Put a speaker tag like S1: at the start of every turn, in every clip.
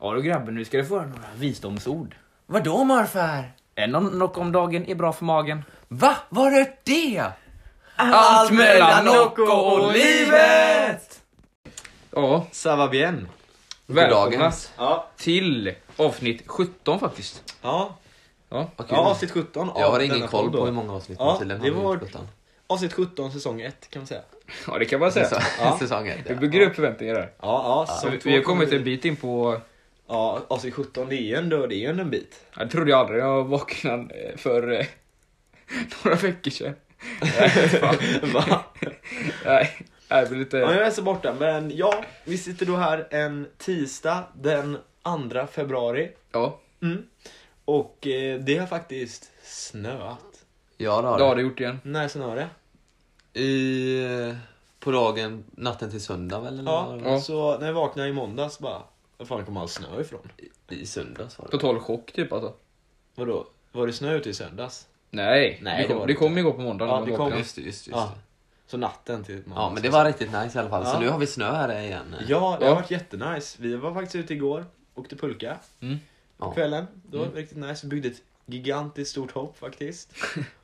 S1: Ja du grabben, nu ska du få höra några visdomsord.
S2: Vadå morfar?
S1: En om- knock om dagen är bra för magen.
S2: Va? Var är det?
S1: Allt mellan Nocco och livet! Ja,
S3: Ça va bien.
S1: välkomna
S2: dagens.
S3: Ja,
S1: till avsnitt 17 faktiskt.
S3: ja.
S1: Ja.
S2: Vad kul.
S3: ja avsnitt 17 av
S2: jag har ingen
S3: denna
S2: koll
S3: podd
S2: på
S3: då.
S2: hur många avsnitt
S3: Ja,
S2: tydligen
S3: det
S2: har vi
S3: var-
S2: utgått
S3: Avsnitt 17 säng 1 kan man säga.
S1: ja, det kan man säga.
S3: Ja.
S2: Säsongen.
S1: Vi bygger upp förväntningar där.
S3: Ja, ja.
S1: Så
S3: säsong
S1: vi-
S3: två
S1: vi har kommit
S3: kommer
S1: en bit in på...
S3: Ja, avsnitt 17 det är ju ändå, det är ju ändå en bit.
S1: Jag trodde jag aldrig jag vaknade eh, för eh, några veckor sedan.
S3: Va?
S1: Nej, jag blir
S3: Ja,
S1: lite...
S3: jag är så borta men ja, vi sitter då här en tisdag den 2 februari.
S1: Ja,
S3: Mm. Och eh, det har faktiskt snöat.
S2: Ja, det
S1: det har
S2: har
S1: du
S2: det.
S1: gjort igen.
S3: När snöade det?
S2: I, eh, på dagen, natten till söndag väl? Eller
S3: Ja,
S2: vad?
S1: Ja.
S3: så när jag vaknade i måndags bara, var fan kom all snö ifrån?
S2: I söndags var det.
S1: Total chock typ alltså.
S3: Vadå, var det snö ute i söndags?
S1: Nej,
S3: Nej,
S1: det
S3: det
S1: kom,
S3: var
S1: det
S3: det
S1: kom igår på måndagen. när
S3: Ja,
S1: man
S3: det kom.
S1: vaknade.
S2: Just det, just det. Just
S3: Ja.
S2: det.
S3: Så natten till måndag.
S2: Ja, men det var riktigt nice i alla fall. Så
S3: Ja.
S2: nu har vi snö här igen.
S3: Ja, det
S1: Ja.
S3: har varit jättenice. Vi var faktiskt ute igår, åkte pulka
S1: Mm.
S3: på
S2: Ja.
S3: kvällen. Det var riktigt nice. Vi byggde ett gigantiskt stort hopp faktiskt.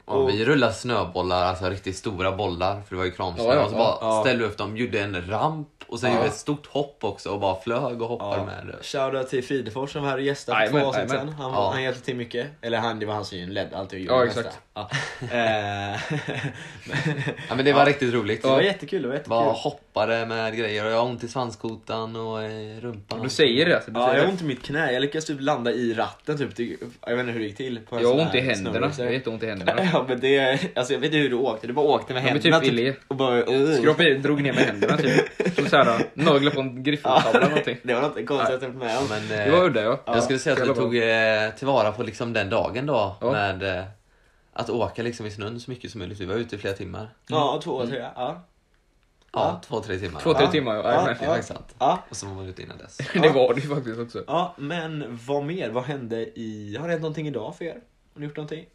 S2: Ja, vi rullade snöbollar, alltså riktigt stora bollar, för det var ju kramsnö.
S1: Ja, ja,
S2: och så
S1: ja,
S2: bara
S3: ja.
S2: ställde vi upp dem, gjorde en ramp och sen
S3: Ja.
S2: gjorde vi ett stort hopp också och bara flög och hoppade med. Det.
S3: Shoutout till Fridefors som var här och gästade för
S1: Jajamän,
S3: två avsnitt
S1: jajamän.
S3: sedan. Han,
S2: Ja.
S3: han hjälpte till mycket. Eller han, det var han som ledde allt och gjorde
S1: Ja,
S3: det mesta.
S1: exakt.
S3: Ja. Eh,
S2: Ja, men det var riktigt roligt.
S3: det var jättekul, det var jättekul.
S2: Bara hoppade med grejer och jag har ont i svanskotan och eh, rumpan.
S1: Du säger det alltså. Du
S3: Ja,
S1: säger
S3: jag har
S1: det.
S3: ont i mitt knä. Jag lyckades typ landa i ratten. Typ, till- jag vet inte hur det gick till. På en
S1: Jag har
S3: sån
S1: ont i
S3: här
S1: händerna.
S3: snurrelse.
S1: Jag har jätteont i händerna.
S3: Ja, men det, alltså, jag vet inte hur du åkte. Du bara åkte med
S1: Ja, men
S3: händerna.
S1: typ i led.
S3: och bara,
S1: Skrapade i, drog ner med händerna typ. Som såhär, naglar på en griffeltavla eller någonting.
S3: det var något konstigt jag varit med om.
S2: Men,
S1: Det var
S2: eh,
S1: udda ja.
S2: jag skulle säga att vi
S1: Jävla bra.
S2: tog eh, tillvara på liksom den dagen då
S1: Ja.
S2: med eh, att åka liksom i snön så mycket som möjligt. Vi var ute i flera timmar.
S3: Ja, och
S1: Mm.
S3: två, tre. Ja.
S2: Ja,
S3: Ja.
S2: två, tre timmar.
S1: Två, tre
S2: Ja,
S1: timmar ja.
S3: Ja,
S1: Jajamän.
S2: Det är faktiskt sant.
S3: Ja.
S2: Och så var vi ute innan dess.
S1: Det var det ju faktiskt också.
S3: ja, men vad mer? Vad hände i... Har det hänt någonting idag för er? Har ni gjort någonting?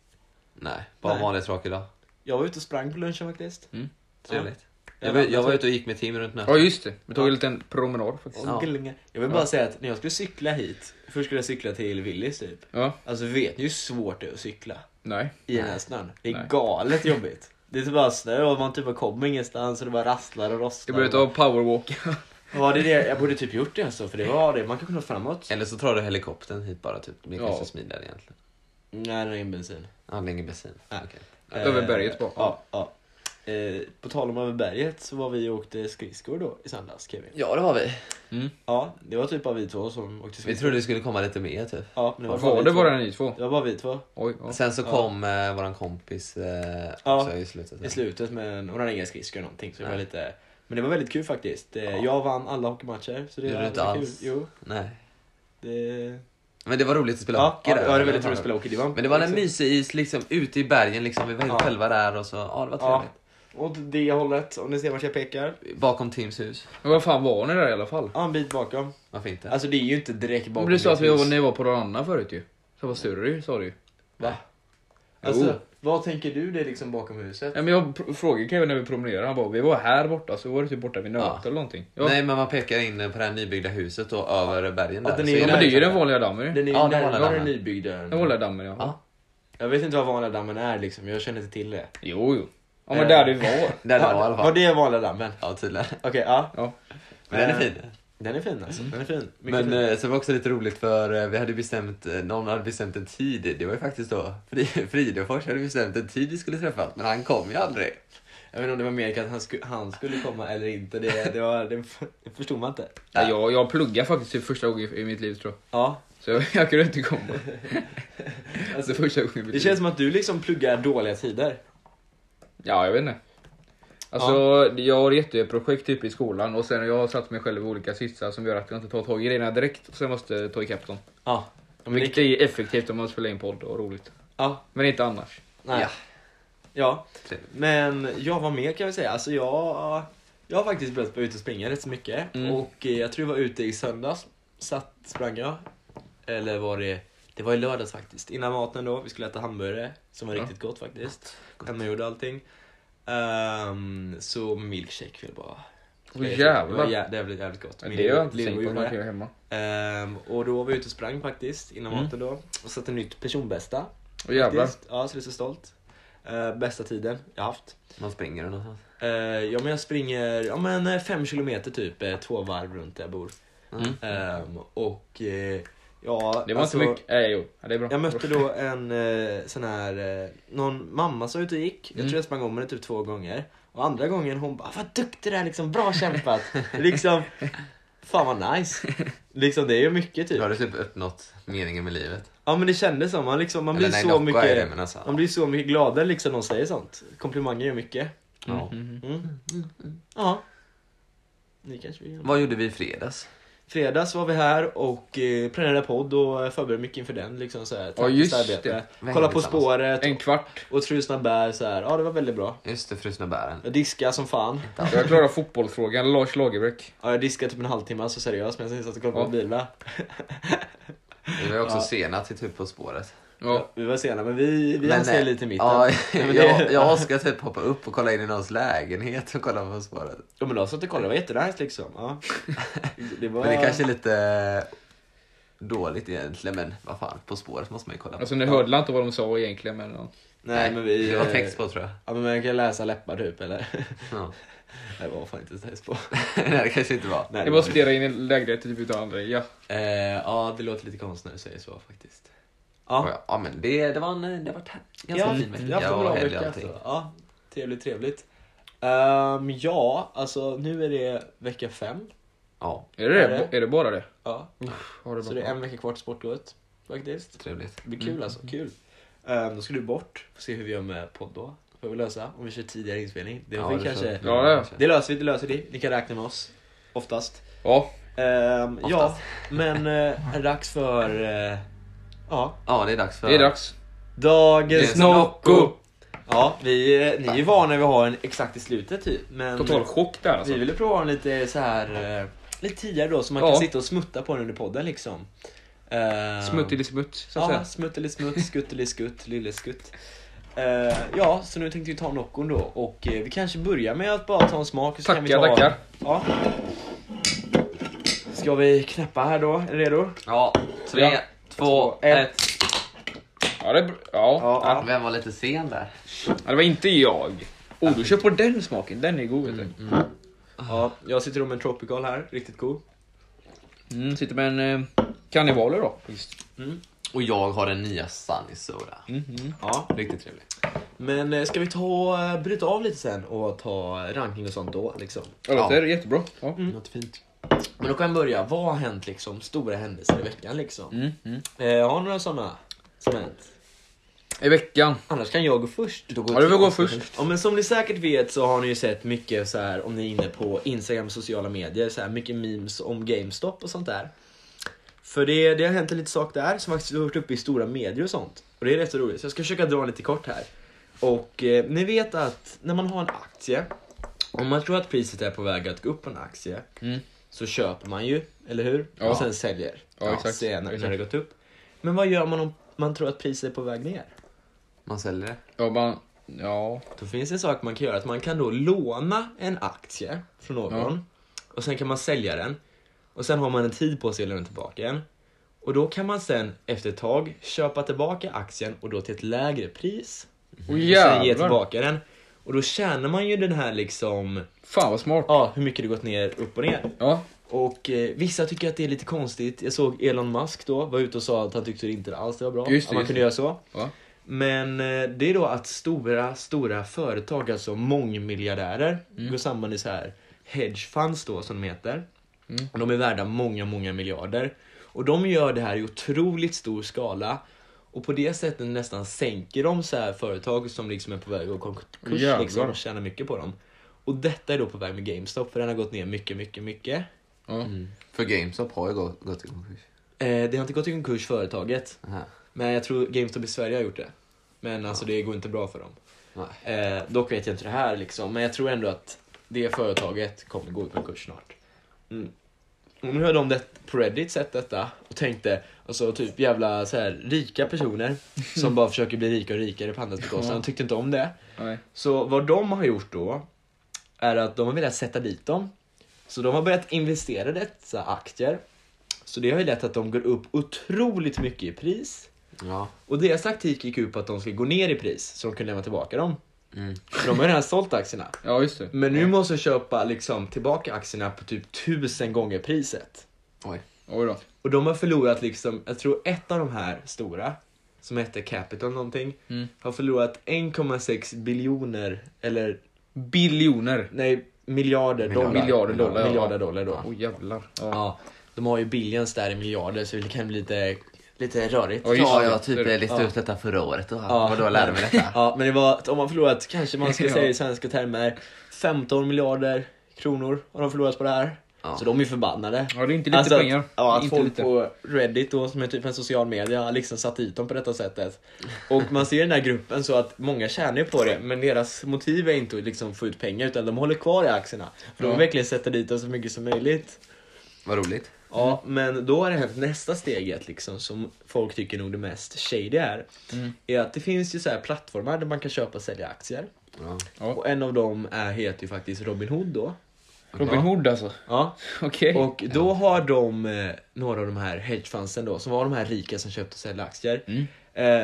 S2: Nej, bara
S3: Nej.
S2: en vanlig tråkig dag.
S3: Jag var ute och sprang på lunchen faktiskt.
S1: Mm.
S2: Trevligt.
S3: Ja.
S2: Jag, var- jag var ute och gick med Tim runt
S1: Ja
S2: Nöten.
S1: just det, vi tog en liten promenad faktiskt.
S3: typ Och glunga. Jag vill bara säga att när jag skulle cykla hit, först skulle jag cykla till Willys typ.
S1: Ja,
S3: Alltså vet ni hur svårt det är att cykla
S1: nej.
S3: i den här snön? Det är
S1: Nej.
S3: galet jobbigt. Det är typ bara snö och man typ bara kommer ingenstans och det bara rasslar och rosslar.
S1: Jag började ta powerwalk.
S3: Ja, det är det. Jag borde typ gjort det alltså, för det var det. Man kan kunna framåt.
S2: Eller så tar du helikoptern hit bara typ. Det blir
S1: Ja.
S2: kanske smidigare egentligen.
S3: Nej, det är ingen bensin.
S2: Ja, det är ingen bensin.
S3: Nej.
S2: Okej.
S1: Över berget bara.
S3: bara. Ja, ja. Eh, på tal om över berget så var vi och åkte skridskor då i söndags Kevin.
S2: Ja, det var vi.
S3: Ja, det var typ bara vi två som åkte
S2: Vi
S3: skridskor.
S2: trodde det skulle komma lite mer typ.
S3: Ja, men det var, bara
S1: Var
S3: vi
S1: det
S3: två.
S1: bara ni två?
S3: Det var bara vi två
S1: Oj, ja.
S2: Sen så kom eh, våran kompis eh, också i slutet.
S3: i slutet men hon hade inga skridskor eller någonting så det
S2: Nej.
S3: var lite men det var väldigt kul faktiskt. Eh,
S2: Ja.
S3: Jag vann alla hockeymatcher. Så det
S2: Gjorde
S3: var
S2: du inte
S3: kul.
S2: alls?
S3: Jo,
S2: Nej.
S3: det...
S2: Men det var roligt att spela
S3: Ja,
S2: hockey
S3: ja,
S2: där.
S3: det var väldigt roligt att spela hockey. Det var,
S2: Men det var en
S3: liksom-
S2: mysig is liksom ute i bergen liksom. Vi var helt
S3: Ja.
S2: själva där och så, ja det var
S3: Ja,
S2: trevligt.
S3: åt det hållet om ni ser vart jag pekar.
S2: Bakom Tims hus.
S1: Men vad fan var ni där i alla fall?
S3: Ja, en bit bakom.
S2: Varför inte?
S3: Alltså det är ju inte direkt bakom
S1: Om det sa att vi
S3: mitt
S1: var,
S3: hus.
S1: ni var på någon annan förut ju. Så var större ju, sa du ju.
S3: Va?
S1: Jo.
S3: Alltså, vad tänker du dig liksom bakom huset?
S1: Ja, men jag pr- frågade Kevin när vi promenerade, han bara vi var här borta, så var det typ borta vid Nöte
S2: Ja.
S1: eller någonting. Ja,
S2: Nej men man pekar in på det här nybyggda huset då över bergen
S3: Ja,
S2: där.
S3: den
S2: Så
S3: är ju
S1: ja
S2: det- liksom-
S1: men det är ju den vanliga dammen ju.
S3: Den är ju
S2: Ja, det var den
S3: närmare
S2: dammen.
S3: nybygden.
S1: Den vanliga dammen ja.
S2: Ja.
S3: Jag vet inte vad vanliga dammen är liksom, jag känner inte till det.
S1: Jo, Eh. jo. Ja men där det var.
S2: Där det var i alla
S3: var
S2: fall.
S3: det vanliga dammen?
S2: Ja tydligen.
S3: Okej, ja.
S1: Ja.
S2: Men den är
S3: Eh,
S2: fin.
S3: Den är fin alltså. Den är fin. Mycket
S2: Men
S3: fin.
S2: eh, så var det också lite roligt för eh, vi hade bestämt, eh, någon hade bestämt en tid. Det var ju faktiskt då Fri- Fridefors hade bestämt en tid vi skulle träffas men han kom ju aldrig.
S3: Jag vet inte om det var mer att han, sku, han skulle komma eller inte. Det, det, var, det, f- det förstod man inte.
S1: Ja, jag, jag pluggade faktiskt för första gången i, i mitt liv tror jag.
S3: Ja.
S1: Så jag, jag kunde inte komma. alltså första gången i mitt
S3: Det
S1: liv.
S3: känns som att du liksom pluggar dåliga tider.
S1: Ja, jag vet inte. Alltså, jag har jätteprojekt typ i skolan och sen jag har satt mig själv i olika sitsar som gör att jag inte tar tag i grejerna direkt. Så jag måste ta ikapp dem.
S3: Ja. Men det,
S1: Vilket är effektivt om man spelar in podd och roligt.
S3: ja.
S1: Men inte annars.
S3: Nej.
S2: Ja.
S3: Ja. ja.
S2: Trevligt.
S3: Men jag var med kan vi säga. Alltså jag, jag har faktiskt börjat vara ute och springa rätt så mycket.
S1: Mm.
S3: Och eh, jag tror jag var ute i söndags. Satt, sprang jag. Eller var det... Det var i lördags faktiskt. Innan maten då. Vi skulle äta hamburgare. Som var
S1: Ja.
S3: riktigt gott faktiskt. Hemmagjord och allting. Ehm, så milkshake vill jag bara
S1: Åh
S3: Det är- Det var
S1: jävlar.
S3: jä- det blev jävligt gott.
S1: Men
S3: Min
S1: det har jag inte
S3: lillebror
S1: tänkt på att
S3: gjorde
S1: man
S3: det.
S1: kan göra hemma.
S3: Ehm, och då var vi ute och sprang faktiskt innan
S1: Mm.
S3: maten då och satte nytt personbästa.
S1: Åh jävlar.
S3: Faktiskt. Ja, så det är så stolt. Ehm, bästa tiden jag haft.
S2: Man springer eller någonstans.
S3: Ehm, ja, men jag springer ja, men, eh, fem kilometer typ, eh, två varv runt där jag bor.
S2: Mm.
S3: Ehm, och eh, ja,
S1: Det var
S3: alltså,
S1: inte mycket. Nej, jo. Ja, det är bra.
S3: Jag mötte då en eh, sån här, eh, någon mamma som var ute och gick. Jag
S1: Mm.
S3: tror jag sprang om henne typ två gånger. Och andra gången hon bara, "Ah, vad duktig du är liksom, bra kämpat. liksom, fan vad nice. Liksom det är ju mycket typ.
S2: Då har du typ uppnått meningen med livet.
S3: Ja men det kändes som, man, liksom, man
S2: Eller
S3: blir
S2: nej,
S3: så
S2: Nocco
S3: mycket
S2: är det, men alltså.
S3: Man blir så mycket gladare liksom när de säger sånt. Komplimanger gör mycket.
S2: Ja.
S3: Mm. Ja. Ni kanske vill göra det.
S2: Vad gjorde vi i fredags?
S3: Fredags var vi här och eh, planerade podd och förberedde mycket inför den. Liksom, så här,
S1: just
S3: taktiskt arbete.
S2: det.
S3: Kolla på
S2: Tillsammans.
S3: spåret
S1: En kvart.
S3: och Trusna bär så här. Ja det var väldigt bra.
S2: Just det, Frusna bären.
S3: Jag diskade som fan.
S1: Jag klarar fotbollsfrågan. Lars Lagerbäck.
S3: Ja, jag diskade typ en halvtimme, alltså seriöst, men sen satt och kollade på
S1: Ja.
S3: mobilen.
S2: Vi var ju också sena till typ På spåret.
S1: Ja.
S3: Vi var sena, men vi, vi
S2: Men,
S3: hann se
S2: eh,
S3: lite i mitten.
S2: Ja,
S3: men det-
S2: jag, jag ska typ hoppa upp och kolla in i någons lägenhet och kolla på spåret.
S3: Ja, men då satt och kollade, det var jättenice liksom. Ja. Det var...
S2: Men det kanske är lite eh, dåligt egentligen, men vad fan, På spåret måste man ju kolla på.
S1: Alltså nu hörde jag inte vad de sa egentligen men... ja.
S3: Nej, men vi...
S2: Det var
S3: eh,
S2: text på tror jag.
S3: Ja, men man kan läsa läppar typ, eller?
S2: Ja.
S3: Nej, vad fan inte text på.
S2: Nej, det kanske inte var.
S3: Nej,
S1: Det var att stirra in i lägenheten typ utan andra. Ja.
S3: Eh, ja, det låter lite konstigt när du säger så faktiskt.
S2: Ja,
S3: Ja,
S2: ja men det, det var en det var en ganska
S3: ja
S2: fin vecka
S3: jag får bra
S2: och helg
S3: vecka
S2: och
S3: alltså.
S2: allting.
S3: Ja, trevligt, trevligt. Ehm, ja, alltså nu är det vecka fem.
S2: Ja,
S1: Är det,
S3: Är det?
S1: det? Är det bara det?
S3: Ja,
S1: Har det
S3: så det är
S1: bara.
S3: en vecka kvar till sportlovet faktiskt.
S2: trevligt.
S3: Det blir kul alltså, kul. Ehm, då ska du bort, får se hur vi gör med podd då. Får vi lösa, om vi kör tidigare inspelning. Det,
S2: Ja,
S3: får vi
S2: det
S3: kanske...
S2: känns-
S1: Ja, det är-
S3: det löser vi, det löser vi. Ni kan räkna med oss, oftast.
S1: Ja.
S3: Ehm, ja,
S2: Oftast.
S3: men eh, dags för... eh, ja,
S2: Ja, det är dags för...
S1: Det är dags.
S3: dagens
S2: Dagens Nocco.
S3: Nocco! Ja, vi, eh, ni är ju vana vid att ha en exakt i slutet typ. Men
S1: Total chock där alltså.
S3: vi ville prova en lite så här eh, lite tidigare då, så man
S1: Ja.
S3: kan sitta och smutta på den under podden liksom. Ehm,
S1: Smuttilismutt så att
S3: Ja,
S1: säga.
S3: smuttelismutt, skutteliskutt, lilleskutt. Eh, ja, så nu tänkte vi ta Noccon då och eh, vi kanske börjar med att bara ta en smak. och Så kan vi
S1: Tackar,
S3: ta...
S1: tackar.
S3: Ja. Ska vi knäppa här då? Är ni redo?
S2: Ja, tre,
S1: Ja.
S2: två,
S3: Två, ett.
S2: ett.
S1: Ja, det, är br- ja.
S3: Ja.
S2: Vem var lite sen där?
S1: ja, det var inte jag. Oh, du kör på den smaken. Den är god. vet du.
S3: Ja, jag sitter då med en Tropical här, riktigt god.
S1: Mm, sitter med en eh, kannibaler då. Visst.
S2: Och jag har den nya Sunny Soda.
S3: Mm. Ja.
S2: Riktigt trevlig.
S3: Men eh, ska vi ta eh, bryta av lite sen och ta ranking och sånt då liksom?
S1: Ja, det låter jättebra. Ja.
S3: Mm.
S2: Något fint.
S3: Men då kan vi börja. Vad har hänt liksom? Stora händelser i veckan liksom?
S1: Mm, mm.
S3: Eh, har ni några sådana som hänt?
S1: I veckan.
S3: Annars kan jag gå först.
S1: Ja, du får gå först.
S3: Ja, men som ni säkert vet så har ni ju sett mycket så här om ni är inne på Instagram och sociala medier, så här mycket memes om GameStop och sånt där. För det, det har hänt en liten sak där som faktiskt har varit uppe i stora medier och sånt. Och det är rätt så roligt, så jag ska försöka dra lite kort här. Och eh, ni vet att när man har en aktie, om man tror att priset är på väg att gå upp på en aktie,
S1: Mm.
S3: så köper man ju, eller hur?
S1: Ja.
S3: Och sen säljer.
S1: Ja, exakt.
S3: Senare när det
S1: Exakt.
S3: gått upp. Men vad gör man om man tror att priset är på väg ner?
S2: Man säljer det.
S1: Ja, man, ja.
S3: Då finns det en sak man kan göra, att man kan då låna en aktie från någon och sen kan man sälja den och sen har man en tid på sig att lämna tillbaka den. Och då kan man sen efter ett tag köpa tillbaka aktien och då till ett lägre pris
S1: Och
S3: och sen ge
S1: jävlar.
S3: tillbaka den. Och då tjänar man ju den här liksom,
S1: Fan vad smart.
S3: ja hur mycket det gått ner, upp och ner.
S1: Ja.
S3: Och eh, vissa tycker att det är lite konstigt. Jag såg Elon Musk då, var ute och sa att han tyckte inte alls det var bra.
S1: Just det,
S3: att man
S1: just
S3: kunde
S1: det.
S3: göra så.
S1: ja.
S3: Men eh, det är då att stora, stora företag, alltså mångmiljardärer, går samman i så här hedge funds då som de heter. Och de är värda många, många miljarder. Och de gör det här i otroligt stor skala. Och på det sättet nästan sänker de så här företag som liksom är på väg att gå i konkurs
S1: Jävlar.
S3: liksom, och tjänar mycket på dem. Och detta är då på väg med GameStop för den har gått ner mycket, mycket, mycket.
S1: ja.
S3: Mm.
S2: För GameStop har ju gått, gått i konkurs.
S3: Eh, det har inte gått i konkurs företaget.
S2: Aha.
S3: Men jag tror GameStop i Sverige har gjort det. Men alltså det går inte bra för dem.
S2: Nej.
S3: Eh, dock vet jag inte det här liksom, men jag tror ändå att det företaget kommer gå i konkurs snart. Mm. Och nu har de det, på Reddit sett detta och tänkte, alltså typ jävla så här, rika personer som bara försöker bli rika och rikare på andras bekostnad, de tyckte inte om det.
S1: Nej.
S3: Så vad de har gjort då är att de har velat sätta dit dem Så de har börjat investera i dessa aktier. Så det har ju lett att de går upp otroligt mycket i pris.
S2: Ja.
S3: Och deras taktik gick ut på att de skulle gå ner i pris så de kunde lämna tillbaka dem.
S2: Mm.
S3: För de har ju redan sålt aktierna.
S1: Ja, just det.
S3: Men nu måste de köpa liksom, tillbaka aktierna på typ tusen gånger priset.
S2: Oj.
S1: Oj då.
S3: Och de har förlorat liksom, jag tror ett av de här stora, som hette Capital någonting,
S1: Mm.
S3: har förlorat 1,6 biljoner, eller
S1: Biljoner.
S3: nej, miljarder dollar.
S1: Miljarder dollar, ja.
S3: Miljarder dollar då.
S1: Åh jävlar. Ja.
S3: Ja, de har ju billions där i miljarder så det kan bli lite, lite rörigt.
S1: Oj.
S2: Ja,
S1: det.
S2: jag typ
S1: Det är det.
S2: listade
S3: Ja.
S2: ut detta förra året och
S3: Ja.
S2: vadå, lärde mig detta?
S3: Ja, men det var, de har förlorat, kanske man ska
S1: Ja.
S3: säga i svenska termer, 15 miljarder kronor har de förlorat på det här.
S2: Ja.
S3: Så de är förbannade. Alltså
S1: Ja, det är inte lite
S3: att,
S1: pengar.
S3: Ja, att
S1: Inte
S3: folk
S1: lite.
S3: på Reddit då, som är typ en social media, har liksom satt dit dem på detta sättet. Och man ser i den här gruppen så att många tjänar ju på det, men deras motiv är inte att liksom få ut pengar utan de håller kvar i aktierna. För
S1: Ja.
S3: de vill verkligen sätta dit dem så mycket som möjligt.
S2: Vad roligt.
S3: Ja, men då har det hänt nästa steget liksom som folk tycker nog det mest shady är.
S2: Mm.
S3: Är att det finns ju så här plattformar där man kan köpa och sälja aktier.
S2: Ja.
S1: Ja.
S3: Och en av dem är, heter ju faktiskt Robin Hood då.
S1: Robin Hood alltså.
S3: Ja.
S1: Okej.
S3: Och då har de, eh, några av de här hedgefundsen då, som var de här rika som köpte och sålde aktier.
S2: Mm.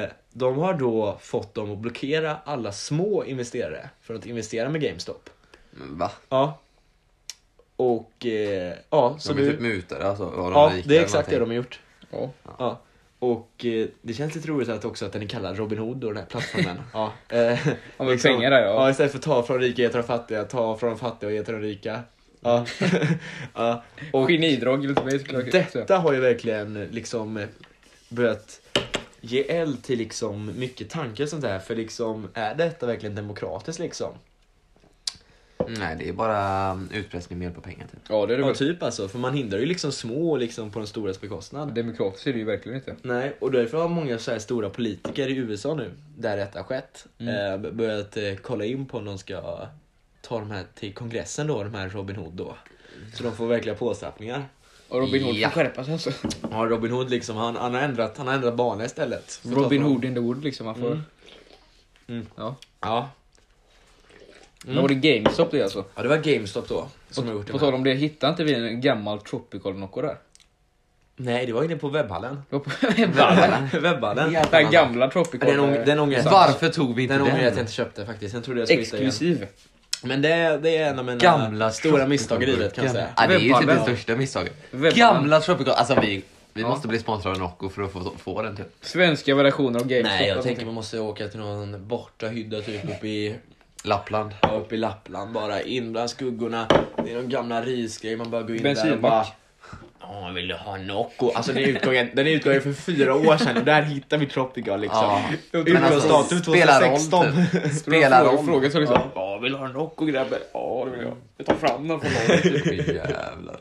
S3: Eh, de har då fått dem att blockera alla små investerare från att investera med GameStop.
S2: Men Va?
S3: Ja. Och, eh, ja, så
S2: de är
S3: du...
S2: typ mutade alltså? Var de
S3: ja,
S2: rika
S3: det är
S2: eller
S3: exakt det de har gjort.
S1: Ja.
S3: Ja. Och eh, det känns lite roligt att också att den är kallad Robin Hood och den här plattformen. ja. Eh,
S1: men pengar där, ja.
S3: ja. istället för att ta från rika och ge till de fattiga, ta från de fattiga och ge till de rika. Ja.
S1: Mm.
S3: ja. Och
S1: Genidrag enligt mig skulle jag säga.
S3: detta har ju verkligen eh, liksom eh, börjat ge eld till liksom mycket tankar och sånt där. För liksom, är detta verkligen demokratiskt liksom?
S2: någonting? Nej, det är bara um, utpressning med hjälp av pengar typ.
S1: Ja, det är det
S3: Ja,
S1: väl.
S3: typ alltså. För man hindrar ju liksom små liksom på de storas bekostnad.
S1: Demokratiskt är det ju verkligen inte.
S3: Nej, och därför har många så här stora politiker i USA nu, där detta har skett, eh, b- börjat eh, kolla in på om de ska ta de här till kongressen då, de här Robin Hood då. Så de får verkliga påstraffningar.
S1: Och Robin Hood
S2: Ja.
S1: får skärpa sig alltså.
S3: Ja, Robin Hood liksom, han, han, har, ändrat, han har ändrat bana istället. För att ta
S1: Robin
S3: från-
S1: Hood in the wood liksom. Han får...
S3: Mm. Mm.
S1: Ja.
S3: Ja.
S1: Mm. Då var det GameStop det alltså.
S3: ja, det var GameStop då som har gjort
S1: På
S3: det.
S1: tal
S3: här.
S1: om det, hittade inte vi en gammal Tropical Nocco där?
S3: Nej, det var inne på webbhallen.
S1: Det var på Vallen.
S3: webbhallen.
S2: Helt
S1: Den
S2: annan-
S1: här gamla Tropical.
S3: Den, ång- den ångrar jag.
S2: Varför tog vi inte
S3: Den
S2: den?
S3: ångrar jag att jag inte köpte faktiskt. Jag trodde jag skulle hitta igen.
S1: Exklusiv.
S3: Men det, det är en av mina
S2: Gamla
S3: Eh, stora misstag i livet kan jag säga.
S2: Ja, det är ju typ det
S1: Webballen.
S2: största misstaget.
S1: Webballen.
S2: Gamla Tropical, alltså vi, vi
S1: Ja.
S2: måste bli sponsrade av Nocco för att få, få den typ.
S1: Svenska versioner av GameStop.
S3: Nej, jag
S1: alltså.
S3: tänker man måste åka till någon borta hydda typ uppe i,
S2: Lappland.
S3: ja, uppe i Lappland bara. In bland skuggorna. Det är någon gamla risgrej man bara går in där och
S1: Bensinmack.
S3: bara... Ja, vill du ha Nocco? Alltså den är utgången, den är utgången för fyra år sedan och där hittar vi Tropical liksom.
S2: Ja.
S3: Utgångsdatum
S2: spelar roll,
S3: 2016.
S2: typ.
S1: Tror du
S2: Spelar
S1: de
S2: roll.
S1: Frågar så liksom. Ja, vill du ha en Nocco grabben? Ja, det vill jag. Jag tar fram den från någon.
S2: Fy Jävlar.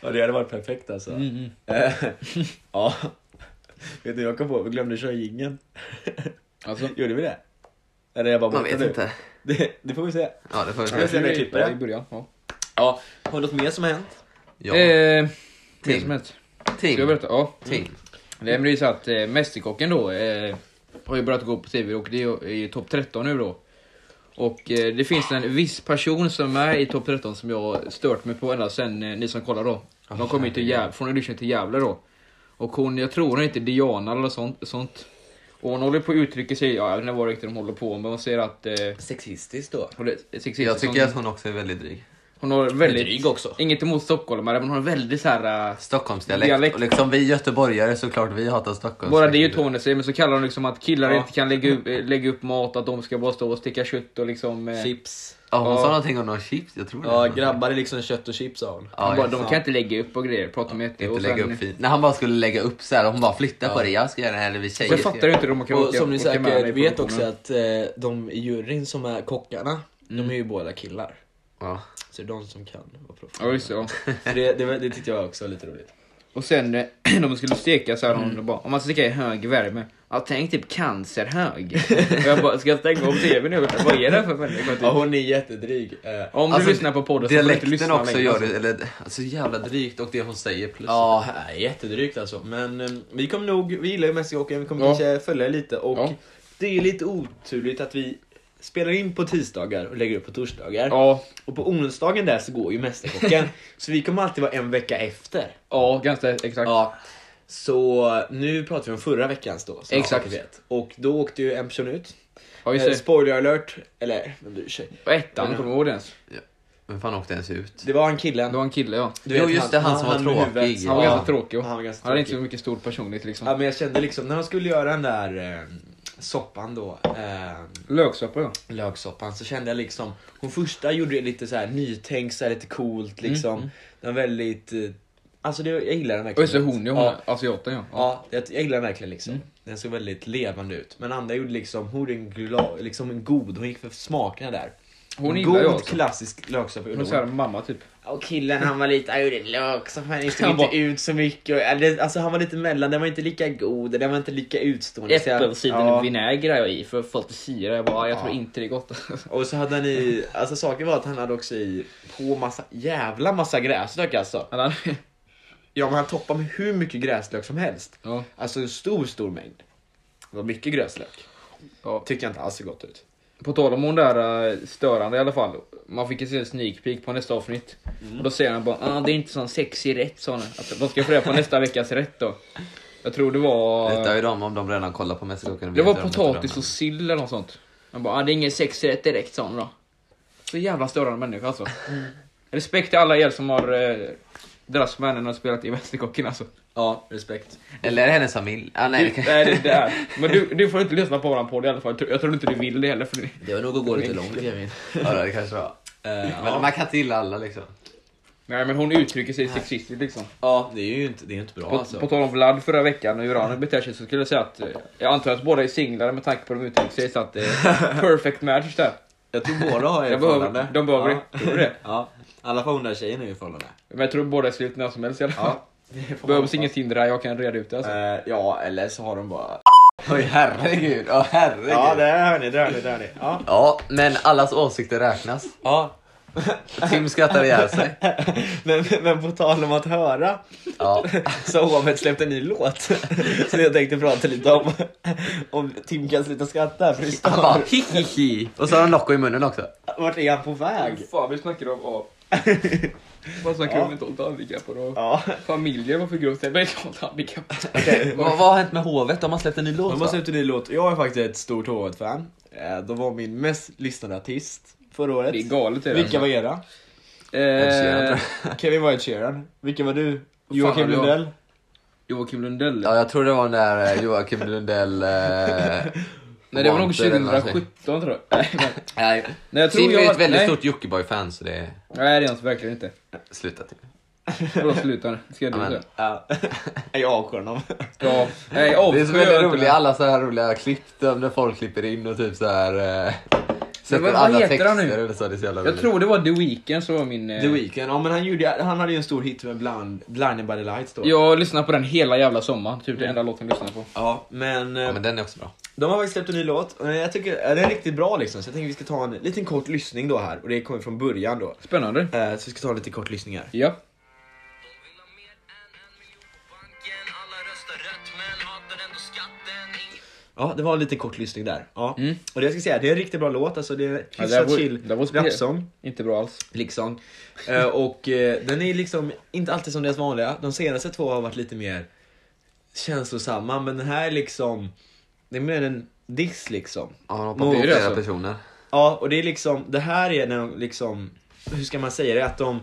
S3: Ja, det hade varit perfekt alltså. Eh, ja. Vet du jag kom på? Vi glömde köra jingeln.
S1: Alltså.
S3: Gjorde vi det? Eller är jag bara
S2: Man
S3: borta
S2: vet
S3: nu?
S2: inte.
S3: Det, det får vi se.
S2: Ja, det får vi
S3: Jag
S2: se.
S3: ser när jag klipper
S1: Ja,
S3: det.
S1: I början. Ja.
S3: Ja, har du något mer som har hänt?
S2: Ja.
S1: Eh,
S2: Tim.
S1: det som helst. Ska jag
S2: Tim.
S1: berätta? Ja.
S2: Tim.
S1: Nej men det är ju så att eh, Mästerkocken då eh, har ju börjat gå på TV och det är ju topp 13 nu då. Och eh, det finns en viss person som är i topp 13 som jag har stört mig på ända sen eh, ni som kollar då. De kommer ju till Jäv- från audition till Gävle då. Och hon, jag tror hon heter Diana eller sånt. sånt. Och hon håller på att uttrycka sig, ja, jag vet inte vad riktigt de håller på med, men hon säger att... Eh,
S3: Sexistiskt då?
S1: hon är sexistisk.
S2: Jag
S1: hon,
S2: tycker att hon också är väldigt dryg.
S1: hon har väldigt...
S3: dryg också.
S1: Inget emot stockholmare, men hon har väldigt så här... eh,
S2: Stockholmsdialekt.
S1: Dialekt.
S2: Och liksom vi göteborgare såklart, vi hatar Stockholm.
S1: Bara det är ju Tony säger, men så kallar de liksom att killar
S3: Ja.
S1: inte kan lägga upp, eh, lägga upp mat, att de ska bara stå och steka kött och liksom... eh,
S3: Chips.
S2: Ja, hon sa
S1: Ja.
S2: någonting om några chips, jag tror det.
S3: Ja, grabbar är liksom kött och chips sa hon.
S2: Ja,
S1: bara,
S2: just
S1: de
S3: det.
S1: kan inte lägga upp och grejer, prata med
S2: Inte lägga upp fint. När han bara skulle lägga upp så här och hon bara flytta på det. Jag ska göra det här, eller vi tjejer
S1: Jag
S2: ska
S1: fattar
S2: göra
S1: ju
S2: det.
S1: inte hur de kan
S3: Och som ni
S1: åka med mig i
S3: säkert vet också
S1: produktionen.
S3: att eh, de i juryn som är kockarna, de är ju båda killar.
S2: Ja.
S3: Så det är de som kan vara
S1: Ja,
S3: proffs.
S1: just det, ja.
S3: Så det, det, det tyckte jag också var lite roligt.
S1: Och sen eh, när man skulle steka så här, hon
S3: Mm.
S1: bara, om man stekar i hög värme, ja tänk typ cancerhög. och jag bara, ska jag stänga av tvn nu? Vad är det här för människa? Typ.
S3: Ja, hon är jättedryg. Eh,
S1: Om du
S2: Alltså,
S1: lyssnar på podden så får du inte
S2: Dialekten
S1: lyssna
S2: också
S1: längre.
S2: gör det, eller alltså jävla drygt och det hon säger plus.
S3: Ja, äh, jättedrygt alltså. Men eh, vi kommer nog, vi gillar ju Mästerkocken, vi kommer
S1: Ja.
S3: kanske följa lite och
S1: Ja.
S3: det är lite oturligt att vi spelar in på tisdagar och lägger upp på torsdagar.
S1: Ja,
S3: Och på onsdagen där så går ju Mästerkocken. så vi kommer alltid vara en vecka efter.
S1: ja ganska exakt.
S3: Ja. Så nu pratar vi om förra veckans då. som
S1: Exakt.
S3: jag vet. Och då åkte ju en person ut.
S1: Ja, just
S3: Eh,
S1: det.
S3: spoiler alert, eller vem bryr sig?
S1: På ettan, kommer du ihåg det ens?
S2: Men fan åkte ens ut?
S3: Det var en killen.
S1: Det var en kille ja.
S3: Du
S2: Jo, just det, han som var
S3: med
S2: tråkig.
S3: huvudet.
S1: Han var
S2: Ja.
S1: ganska tråkig. och-
S3: Han var
S1: Han
S3: ganska
S1: hade inte så
S3: tråkig.
S1: mycket stor personlighet liksom.
S3: Ja, men jag kände liksom när de skulle göra den där eh, soppan då, eh,
S1: Löksoppa ja.
S3: löksoppan, så kände jag liksom, hon första gjorde det lite så här nytänkt, så här lite coolt liksom. Den var väldigt, eh, alltså det, jag gillar den
S1: Och
S3: verkligen.
S1: just det, hon Mm, ja, hon
S3: ja,
S1: är asiaten ja. ja.
S3: ja, jag, jag gillar den verkligen liksom.
S1: Mm.
S3: Den såg väldigt levande ut. Men andra gjorde liksom, hon gjorde en, gla, liksom en god, hon gick för smakerna där.
S1: Hon
S3: En
S1: gillar
S3: god
S1: jag alltså. också.
S3: klassisk löksoppa.
S1: Hon är
S3: gjorde
S1: såhär mamma typ.
S3: Och killen han var lite, han gjorde löksoppa, han
S1: Han
S3: stod
S1: bara-
S3: inte ut så mycket. Och, ja, det- alltså han var lite mellan, den var inte lika god, den var inte lika utstående. Så jag- ja.
S1: Äppelcidervinäger har jag i för att få lite syra. Jag bara, jag tror
S3: Ja.
S1: inte det är gott.
S3: Och så hade han i, alltså saken var att han hade också i på massa, jävla massa gräslök alltså.
S1: Han hade-
S3: Ja men han toppade med hur mycket gräslök som helst.
S1: ja,
S3: Alltså en stor, stor mängd. Det var mycket gräslök.
S1: ja.
S3: Tyckte jag inte alls så gott ut.
S1: På tal om hon där eh, störande i alla fall. Man fick ju se en sneak peek på nästa avsnitt. Och då säger han bara ah, det är inte sån sexig rätt sa han. Att de ska få reda på nästa veckas rätt då. Jag tror det var...
S2: Detta är de om de redan kollar på Mästerkocken. och
S1: Det
S2: vet
S1: var
S2: hur de
S1: potatis
S2: heter,
S1: och sill eller något sånt. Han bara, ah, det är ingen sexrätt direkt sa han då. Så jävla störande människa alltså. Respekt till alla er som har eh, dragits med henne och spelat i Mästerkocken alltså.
S3: Ja, respekt.
S2: men- Eller hennes familj. Ah, nej, det kan...
S1: Nej, det, det är. Men du, du får inte lyssna på våran podd i alla fall. Jag tror- Jag tror inte du vill det heller. För det.
S2: det var nog att gå lite långt Kevin. ja, det kanske var.
S1: Eh,
S2: Men
S3: ja.
S2: man kan inte gilla alla liksom.
S1: Nej, men hon uttrycker sig sexistiskt liksom.
S3: Ja, det är ju inte, det är inte bra
S1: På,
S3: alltså.
S1: på tal om Vlad förra veckan och hur han beter sig så skulle jag säga att eh, jag antar att båda är singlar med tanke på hur de uttrycker sig så att eh, perfect match där.
S3: Jag tror båda har
S1: Jag
S3: ett
S1: behöver,
S3: förhållande.
S1: de behöver
S3: ja.
S1: det. Tror du det.
S3: Ja, i alla fall hon där tjejen är ju i förhållande.
S1: Men jag tror båda är slut när som helst i alla fall.
S3: Det får man
S1: Behövs
S3: hoppas.
S1: inget hinder här, jag kan reda ut det alltså.
S3: Eh, ja, eller så har de bara...
S2: Oj, herregud. Ja, herregud.
S3: Ja, det hör ni, det hör ni, det hör ni. Ja.
S2: Ja, men allas åsikter räknas.
S3: ja.
S2: Tim skrattar ihjäl sig.
S3: Men, men på tal om att höra,
S2: Ja.
S3: så har hovet släppt en ny låt. Så jag tänkte prata lite om, om Tim kan sluta skratta. För det
S2: Han bara
S3: står,
S2: hihihi. Och så har han Nocco i munnen också.
S3: vart är han på väg?
S1: Fan, vi snackar om av. Vad snackar
S3: Ja.
S1: vi om mentalt handikappade och
S3: Ja,
S1: familjer? Varför grovt säger mentalt handikappade?
S2: Vad, vad har hänt med hovet? De har släppt en ny låt
S3: de har släppt en ny låt. Jag är faktiskt ett stort Hovet-fan. Eh, De var min mest lyssnade artist förra året.
S1: Det är galet. Är det.
S3: Vilka var era?
S1: Eh,
S3: Kevin var Ed Sheeran. Vilka var du?
S1: vad
S3: Joakim
S1: det var.
S3: Lundell?
S1: Joakim Lundell.
S2: Ja, jag tror det var när eh, Joakim Lundell... Eh,
S1: Nej, det var nog
S2: Wanted eller någonting.
S1: 2017 tror jag. Nej, men-
S2: Nej,
S1: Nej, jag tror
S2: Tim är ju
S1: jag...
S2: ett väldigt
S1: nej.
S2: stort Jockiboi-fan så det...
S1: Nej, det är jag inte, verkligen inte.
S2: Sluta Tim.
S1: Bra slutande, ska jag
S2: Amen.
S1: säga.
S3: Ja. Jag avskyr honom.
S1: Ja, nej, avskyr
S2: Det är så
S1: jag
S2: väldigt
S1: inte,
S2: roliga,
S1: men-
S2: alla så här roliga klipp där när folk klipper in och typ så här... Eh, sätter
S1: vad
S2: alla
S1: heter
S2: texter
S1: han nu?
S2: eller så, det är så jävla
S1: Jag
S2: roligt.
S1: tror det var The Weeknd som var min... eh,
S3: The Weeknd, ja men han, gjorde, han hade ju en stor hit med Blind, Blinded by the Lights då.
S1: Jag lyssnade på den hela jävla sommaren, typ
S2: Mm.
S1: det enda låten jag lyssnade på.
S3: Ja, men, eh,
S2: Ja, men den är också bra.
S3: de har faktiskt släppt en ny låt och jag tycker eh, den är riktigt bra liksom. Så jag tänker vi ska ta en liten kort lyssning då här och det kommer från början då.
S1: Spännande.
S3: Eh, Så vi ska ta en liten kort lyssning här.
S1: Ja.
S4: De vill ha mer än en miljon på banken. Alla röstar rött men hatar ändå skatten. Ingen
S3: Ja, det var en liten kort lyssning där. Ja.
S1: Mm.
S3: Och det jag ska säga, det är en riktigt bra låt. Alltså det är en
S1: Ja, det här
S3: hyfsat
S1: var-
S3: chill
S1: det här var spe-
S3: rapsång.
S1: Inte bra alls.
S3: Liksom. Eh, och eh, den är liksom inte alltid som deras vanliga. De senaste två har varit lite mer känslosamma men den här är liksom, det är mer en diss liksom.
S2: Ja, han
S3: Mot-
S2: hoppar på flera
S1: alltså.
S2: personer.
S3: Ja, och det är liksom, det här är när de liksom, hur ska man säga det? Att de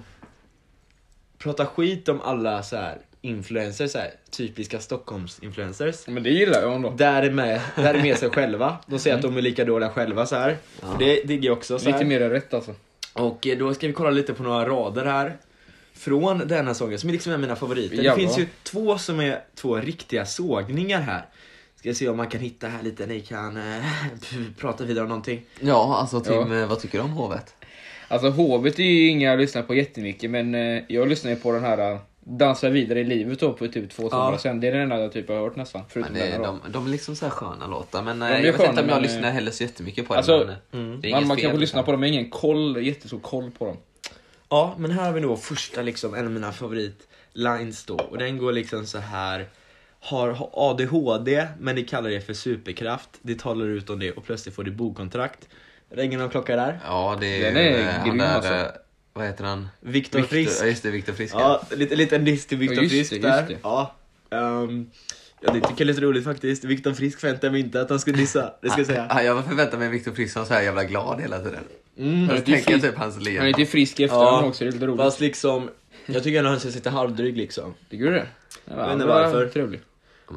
S3: pratar skit om alla så här influencers, så här, typiska Stockholms-influencers.
S1: Men det gillar jag ändå.
S3: Där är, med, där är med sig själva. De säger att de är lika dåliga själva så här. Det digger jag också. Så här.
S1: Lite mer än rätt alltså.
S3: Och eh, då ska vi kolla lite på några rader här. Från denna sången, som är liksom en av mina favoriter.
S1: Jävlar.
S3: Det finns ju två som är två riktiga sågningar här. Ska se om man kan hitta här lite, ni kan eh, prata vidare om någonting.
S2: Ja, alltså Tim, eh, vad tycker du om hovet?
S1: Alltså Hovet är ju inga jag lyssnar på jättemycket men eh, jag lyssnar ju på den här eh, Dansa vidare i livet då på typ två somrar
S3: Ja.
S1: sen. Det är den enda jag typ har hört nästan. Förutom
S2: Men det,
S1: den här då.
S2: de, de är liksom så här sköna låtar, men eh,
S1: är
S2: jag vet
S1: sköna,
S2: inte om jag
S1: men,
S2: lyssnar
S1: eh,
S2: heller så jättemycket på
S1: alltså,
S2: dem. Men, eh, det
S1: Man,
S2: är inget
S1: man
S2: fel,
S1: kanske
S2: liksom.
S1: lyssnar på dem men ingen koll, jättestor koll på dem.
S3: Ja, men här har vi då första liksom, en av mina favoritlines då. Och den går liksom så här. Har ADHD, men ni kallar det för superkraft. Det talar ut om det och plötsligt får du bokkontrakt. Ringer någon klocka där?
S2: Ja, det är,
S1: Den är
S2: ju, eh, han
S1: grym,
S2: där,
S1: alltså.
S2: eh, vad heter han?
S3: Viktor Frisk.
S2: Ja, just det, Viktor Frisk.
S3: Ja, lite, liten diss till Viktor
S1: Ja, just det,
S3: Frisk
S1: just
S3: där.
S1: det.
S3: Ja. Ehm, ja, det tycker jag är lite roligt faktiskt. Viktor Frisk förväntade jag mig inte att han skulle dissa, det ska jag säga.
S2: Ja, Ah, jag förväntar mig Viktor Frisk som så här jävla glad hela tiden.
S3: Mm.
S2: Men
S1: är
S2: så tänker jag
S1: frisk.
S2: typ hans
S1: Han är
S2: leende.
S1: lite frisk i efterhand
S3: Ja,
S1: också, det är lite roligt.
S3: Fast liksom, jag tycker ändå han känns lite halvdryg liksom.
S1: Tycker du det? Ja,
S3: vet inte
S1: det var
S3: varför.
S1: Trevlig.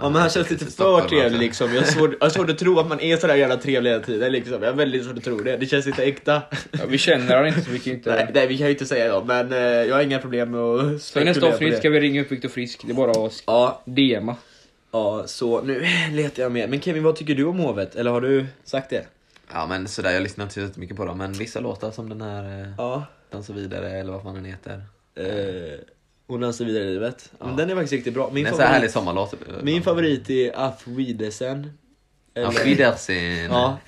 S3: Ja men han känns lite för trevlig liksom. Jag har svårt- jag har svårt att tro att man är sådär jävla trevlig hela tiden liksom. Jag har väldigt svårt att tro det. Det känns inte äkta.
S1: Ja, vi känner honom inte så vi kan ju
S3: Nej,
S1: inte...
S3: nej vi kan ju inte säga ja, men eh, jag har inga problem med att
S1: Så i
S3: spekulera
S1: nästa
S3: på
S1: avsnitt
S3: det.
S1: ska vi ringa upp Viktor Frisk, det är bara att sk-
S3: Ja,
S1: DMa.
S3: ja, så nu letar jag mer. Men Kevin, vad tycker du om hovet? Eller har du sagt det?
S2: Ja men sådär, jag lyssnar inte så mycket på dem. Men vissa låtar som den här eh,
S3: Ja.
S2: Dansa vidare eller vad fan den heter.
S3: Eh, hon dansar vidare i livet. Men
S2: Ja.
S3: den är faktiskt riktigt bra. Min
S2: Min en sån här härlig
S3: favorit,
S2: sommarlåt.
S3: min favorit är Auf Wiedersehen. Eller-
S2: Auf Wiedersehen.
S3: Ja.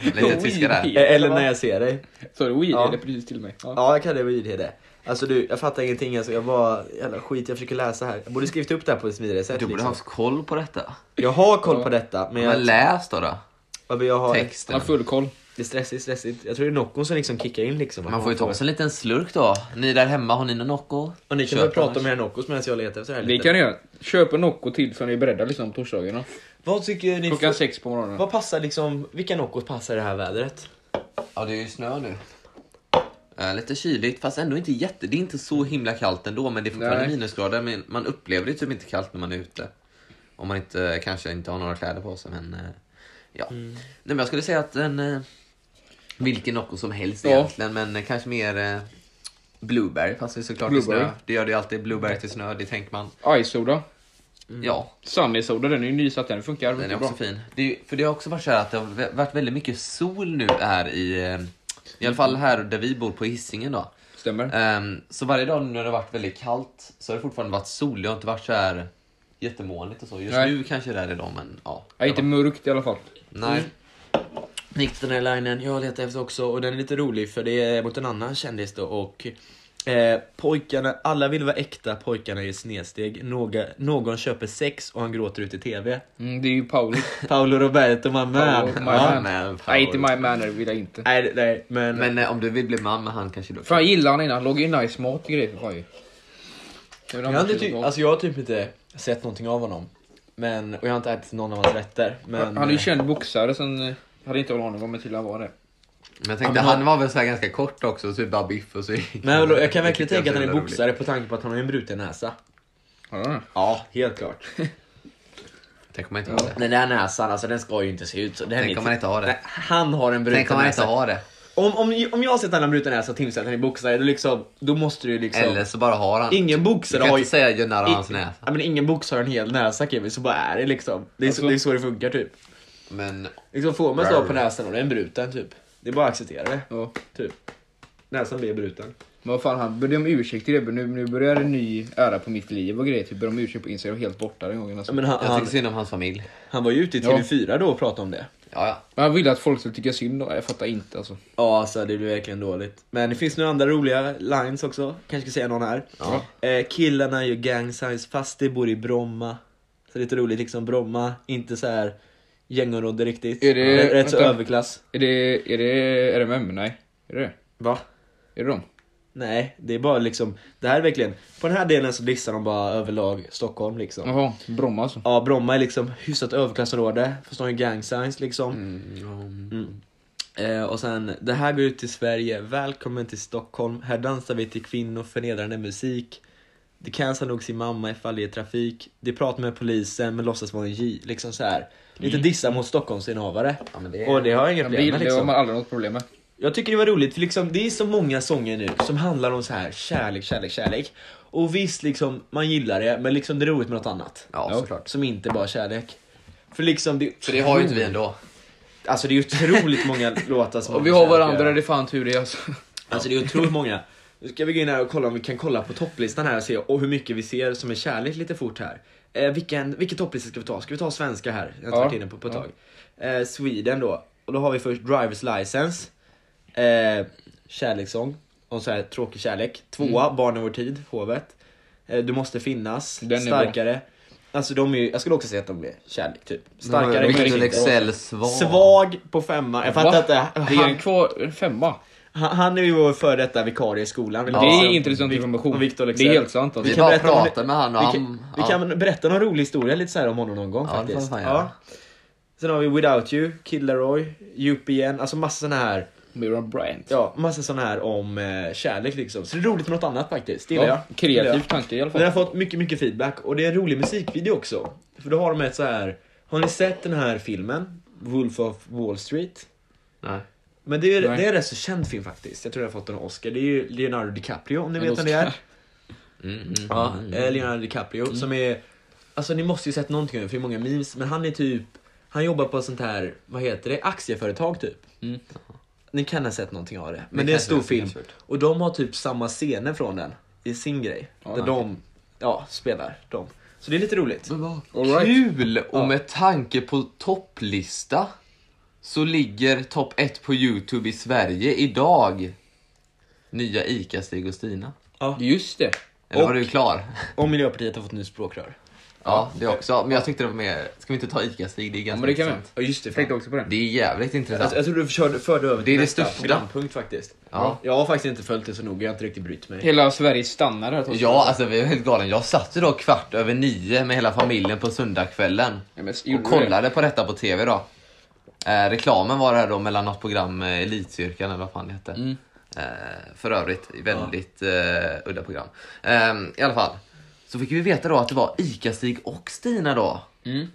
S2: Lite tyska där.
S3: Eller När jag ser dig.
S1: Så det
S3: Ja.
S1: är det precis till mig. Ja.
S3: Ja, jag kan det med ID. Alltså du, jag fattar ingenting alltså. Jag bara, jävla skit jag försöker läsa här. Jag borde skrivit upp det här på ett smidigare sätt
S2: Du borde ha
S3: liksom.
S2: haft koll på detta.
S3: Jag har koll på detta, men
S2: Men
S3: jag,
S2: läs då då.
S3: ja, men jag har...
S1: Han
S2: Texten.
S1: har full koll.
S3: Det är stressigt, stressigt. Jag tror det är Noccon som liksom kickar in liksom.
S2: Man får ju ta sig en liten slurk då. Ni där hemma, har ni någon Nocco?
S3: Och ni kan
S2: Köp
S3: väl prata
S2: annars.
S3: om era Noccos medan jag letar efter det här
S1: Det
S3: lite.
S1: kan ni göra. Köp en Nocco till så ni är beredda liksom på torsdagarna.
S3: Vad tycker ni?
S1: Klockan sex på morgonen.
S3: Vad passar liksom, vilka Noccos passar i det här vädret?
S2: Ja, det är ju snö nu. Eh, Lite kyligt, fast ändå inte jätte... Det är inte så himla kallt ändå, men det är fortfarande
S1: Nej.
S2: minusgrader. Men man upplever det typ inte kallt när man är ute. Om man inte, kanske inte har några kläder på sig, men... eh, Ja. Nej, men jag skulle säga att en... eh, Vilken Nocco som helst
S1: Ja.
S2: egentligen, men eh, kanske mer... eh, Blueberry passar ju såklart till
S1: Blueberry.
S2: snö. Det gör det ju alltid. Blueberry till snö, det tänker man.
S1: Ice-soda.
S2: Ja,
S1: Sunny-soda, den är ju nysatt den funkar
S2: Den är
S1: mycket
S2: också
S1: bra.
S2: fin. Det är, ju- för det har också varit så här att det har vä- varit väldigt mycket sol nu här i, eh, i alla fall här där vi bor på Hisingen då.
S3: Äh,
S1: Stämmer.
S2: Ehm, så varje dag när det har varit väldigt kallt så har det fortfarande varit sol. Det har inte varit så här jättemånigt och så. Just
S1: Nej.
S2: nu kanske det är det då, men ja.
S1: Ja, inte mörkt i alla fall.
S2: Nej.
S3: Nick den här linen, jag letar efter också och den är lite rolig för det är mot en annan kändis då och eh, pojkarna, alla vill vara äkta, pojkarna är snedsteg, Någa, någon köper sex och han gråter ut i TV.
S1: Mm, det är ju Paolo.
S3: Paolo Roberto, my man.
S1: Paolo, my
S3: ja.
S1: man.
S2: men,
S1: Nej, inte my manner vill jag inte.
S3: Nej, nej, men...
S2: Men eh, om du vill bli man med han kanske du
S1: Fan, gillar han innan. Han låg ju nice mat och grejer för fan ju. Det är väl
S3: jag, har
S1: annars
S3: inte
S1: det
S3: ty-
S1: går.
S3: alltså, jag har typ inte sett någonting av honom. Men, och jag har inte ätit någon av hans rätter. Men,
S1: Han är ju känd boxare, sen eh, hade inte någon aning om till han var det.
S2: Men jag tänkte,
S3: Ja, men han-
S2: han var väl så här ganska kort också, typ bara biff och så.
S3: men jag, jag kan verkligen
S2: Det
S3: tänka att han
S2: så
S3: är
S2: jävla roligt.
S3: boxare på tanke på att han har en bruten näsa.
S1: Har han det?
S3: Ja, helt klart.
S2: Tänk om man inte har det.
S3: Den där näsan, alltså den ska ju inte se ut så. Den
S2: Tänk om man inte har
S3: Nej,
S2: det.
S3: han har en bruten
S2: Tänk om man inte
S3: näsa.
S2: har det.
S3: Om, om, om jag har sett en bruten näsa och Tim säger att han är boxare, då, liksom, då måste du ju liksom...
S2: Eller så bara har han.
S3: Ingen
S2: Du
S3: boxare
S2: kan
S3: har ju...
S2: inte säga gör narr av
S3: i-
S2: hans näsa.
S3: Ja, men ingen boxare har en hel näsa Kevin, så bara är det liksom. Det är, så,
S1: Alltså-
S3: det är så det funkar typ.
S2: Men
S3: Liksom får man stav på näsan och den är bruten typ. Det är bara att acceptera det.
S1: Ja.
S3: Typ. Näsan blir bruten.
S1: Men vad fan, han började om ursäkt till det. Nu, nu börjar en ny ära på mitt liv och grejer. Typ började om ursäkt på Instagram helt borta den gången. Alltså.
S3: Ja, men han,
S2: jag
S3: han,
S2: tycker synd om hans familj.
S3: han var ju ute i
S1: Ja.
S3: TV4 då och pratade om det.
S2: Ja, ja.
S1: Men han ville att folk skulle tycka synd om Jag fattar inte alltså.
S3: Ja, alltså det blir verkligen dåligt. Men det finns några andra roliga lines också. Kanske ska säga någon här. Eh, killarna är ju gang signs fast de bor i Bromma. Så lite roligt liksom, Bromma, inte så här gängområde riktigt.
S1: Är det-
S3: Rätt så
S1: vänta.
S3: överklass.
S1: Är det, är det RMM? Nej. Är det det?
S3: Va?
S1: Är det dem?
S3: Nej, det är bara liksom, det här är verkligen, på den här delen så dissar de bara överlag Stockholm liksom.
S1: Jaha, Bromma alltså.
S3: Ja, Bromma är liksom hyfsat överklassområde, fast de har ju gang signs liksom.
S1: Mm.
S3: Eh, och sen, det här går ut till Sverige. Välkommen till Stockholm. Här dansar vi till kvinnoförnedrande musik. Det cancel nog sin mamma ifall det är trafik. De pratar med polisen men låtsas vara en J. Liksom så här. Lite dissa mot Stockholmsinnehavare.
S2: Ja, men det är-
S3: Och det har jag inga
S1: En
S3: problem
S1: bil,
S3: med
S1: det har
S3: liksom.
S1: man aldrig något problem med.
S3: Jag tycker det var roligt för liksom, det är så många sånger nu som handlar om så här kärlek, kärlek, kärlek. Och visst liksom, man gillar det men liksom det är roligt med något annat.
S2: Ja,
S1: Ja.
S2: såklart.
S3: Som inte bara kärlek. För liksom det...
S2: För det har ju inte vi ändå.
S3: Alltså det är otroligt många låtar som
S1: Och vi har varandra, det är fan tur det alltså.
S3: Alltså det är otroligt många. Nu ska vi gå in här och kolla om vi kan kolla på topplistan här och se och hur mycket vi ser som är kärlek lite fort här. Eh, vilken, vilken topplista ska vi ta? Ska vi ta svenska här? Jag har inte
S1: Ja.
S3: varit inne på på ett tag. Eh, Sweden då. Och då har vi först Drivers License. Eh, kärlekssång. Om så här tråkig kärlek. Tvåa, Barn över tid, Hovet. Eh, du måste finnas.
S1: Mm. Den är bra.
S3: starkare. Alltså de är ju, jag skulle också säga att de är kärlek typ.
S2: Starkare
S3: Starkare kanske
S2: Victor
S3: inte.
S2: Leksell svag.
S3: Svag på femma. Jag fattar
S1: Va?
S3: inte.
S1: Det är en
S3: Han,
S1: kvar, en femma.
S3: han han är ju vår före detta vikarie i skolan.
S1: Det är intressant information.
S3: och Victor
S1: Det
S3: Leksell.
S1: är helt sant alltså.
S2: Vi
S3: kan
S2: bara
S3: berätta om
S2: pratar med han och
S3: Vi
S2: han...
S3: kan, vi
S2: ja.
S3: kan berätta någon rolig historia lite så här om honom någon gång
S2: Ja, det får
S3: faktiskt.
S2: man fan
S3: Ja.
S2: göra.
S3: Sen har vi Without You, Kid Laroi, UPN, alltså massa såna här,
S1: Miriam Bryant.
S3: ja, massa såna här om eh, kärlek liksom. Så det är roligt med något annat faktiskt, det gillar
S1: Ja,
S3: jag. Gillar
S1: kreativ
S3: jag.
S1: tanke i alla
S3: Den har
S1: fall.
S3: fått mycket, mycket feedback och det är en rolig musikvideo också. För då har de ett så här. har ni sett den här filmen? Wolf of Wall Street?
S2: Nej.
S3: Men det är,
S1: Nej.
S3: det är en rätt så känd film faktiskt. Jag tror den har fått en Oscar. Det är ju Leonardo DiCaprio om ni
S1: En
S3: vet vem det är.
S1: Oscar.
S2: Mm, mm,
S3: Ja,
S2: mm.
S3: eh, Leonardo DiCaprio som är... Alltså ni måste ju sett någonting av det, för det är många memes. Men han är typ... Han jobbar på ett sånt här, vad heter det, aktieföretag typ.
S1: Mm.
S3: Ni kan ha sett någonting av det. Men
S2: Ni
S3: det är en
S2: kanske
S3: stor
S2: har sett
S3: film.
S2: kanske.
S3: Och de har typ samma scener från den i sin grej. där
S1: nej.
S3: de, ja, spelar de. Så det är lite roligt.
S2: Men vad
S1: All right.
S2: Kul!
S3: Ja.
S2: Och med tanke på topplista så ligger topp 1 på Youtube i Sverige idag. Nya ICA Stig och Stina.
S1: Just det.
S2: Eller var
S3: Och-
S2: du klar?
S3: Och Miljöpartiet har fått ny språkrör.
S2: Ja, det också. Men jag tyckte det var mer... Ska vi inte ta ICA-Stig? Det är
S1: Ja,
S2: ganska
S1: men det kan vi.
S2: intressant.
S3: Ja just det,
S1: Jag
S3: fan.
S1: tänkte också på det.
S2: Det är jävligt intressant.
S3: Alltså, jag tror du körde, förde över till
S2: Det är det
S3: nästa
S2: största.
S3: programpunkt faktiskt.
S2: Ja.
S3: Jag har faktiskt inte följt det så noga, jag har inte riktigt brytt mig.
S1: Hela Sverige stannar här.
S2: Ja, alltså vi var helt galen. Jag satt ju då kvart över nio med hela familjen på söndagskvällen
S1: Ja, men s- gjorde
S2: och
S1: du
S2: kollade på detta på tv då. Eh, reklamen var där då mellan något program, eh, Elitcirkeln eller vad fan det hette.
S1: Mm.
S2: Eh, för övrigt, väldigt eh, udda program. Eh, I alla fall, så fick vi veta då att det var ICA-Stig och Stina då.
S1: Mm.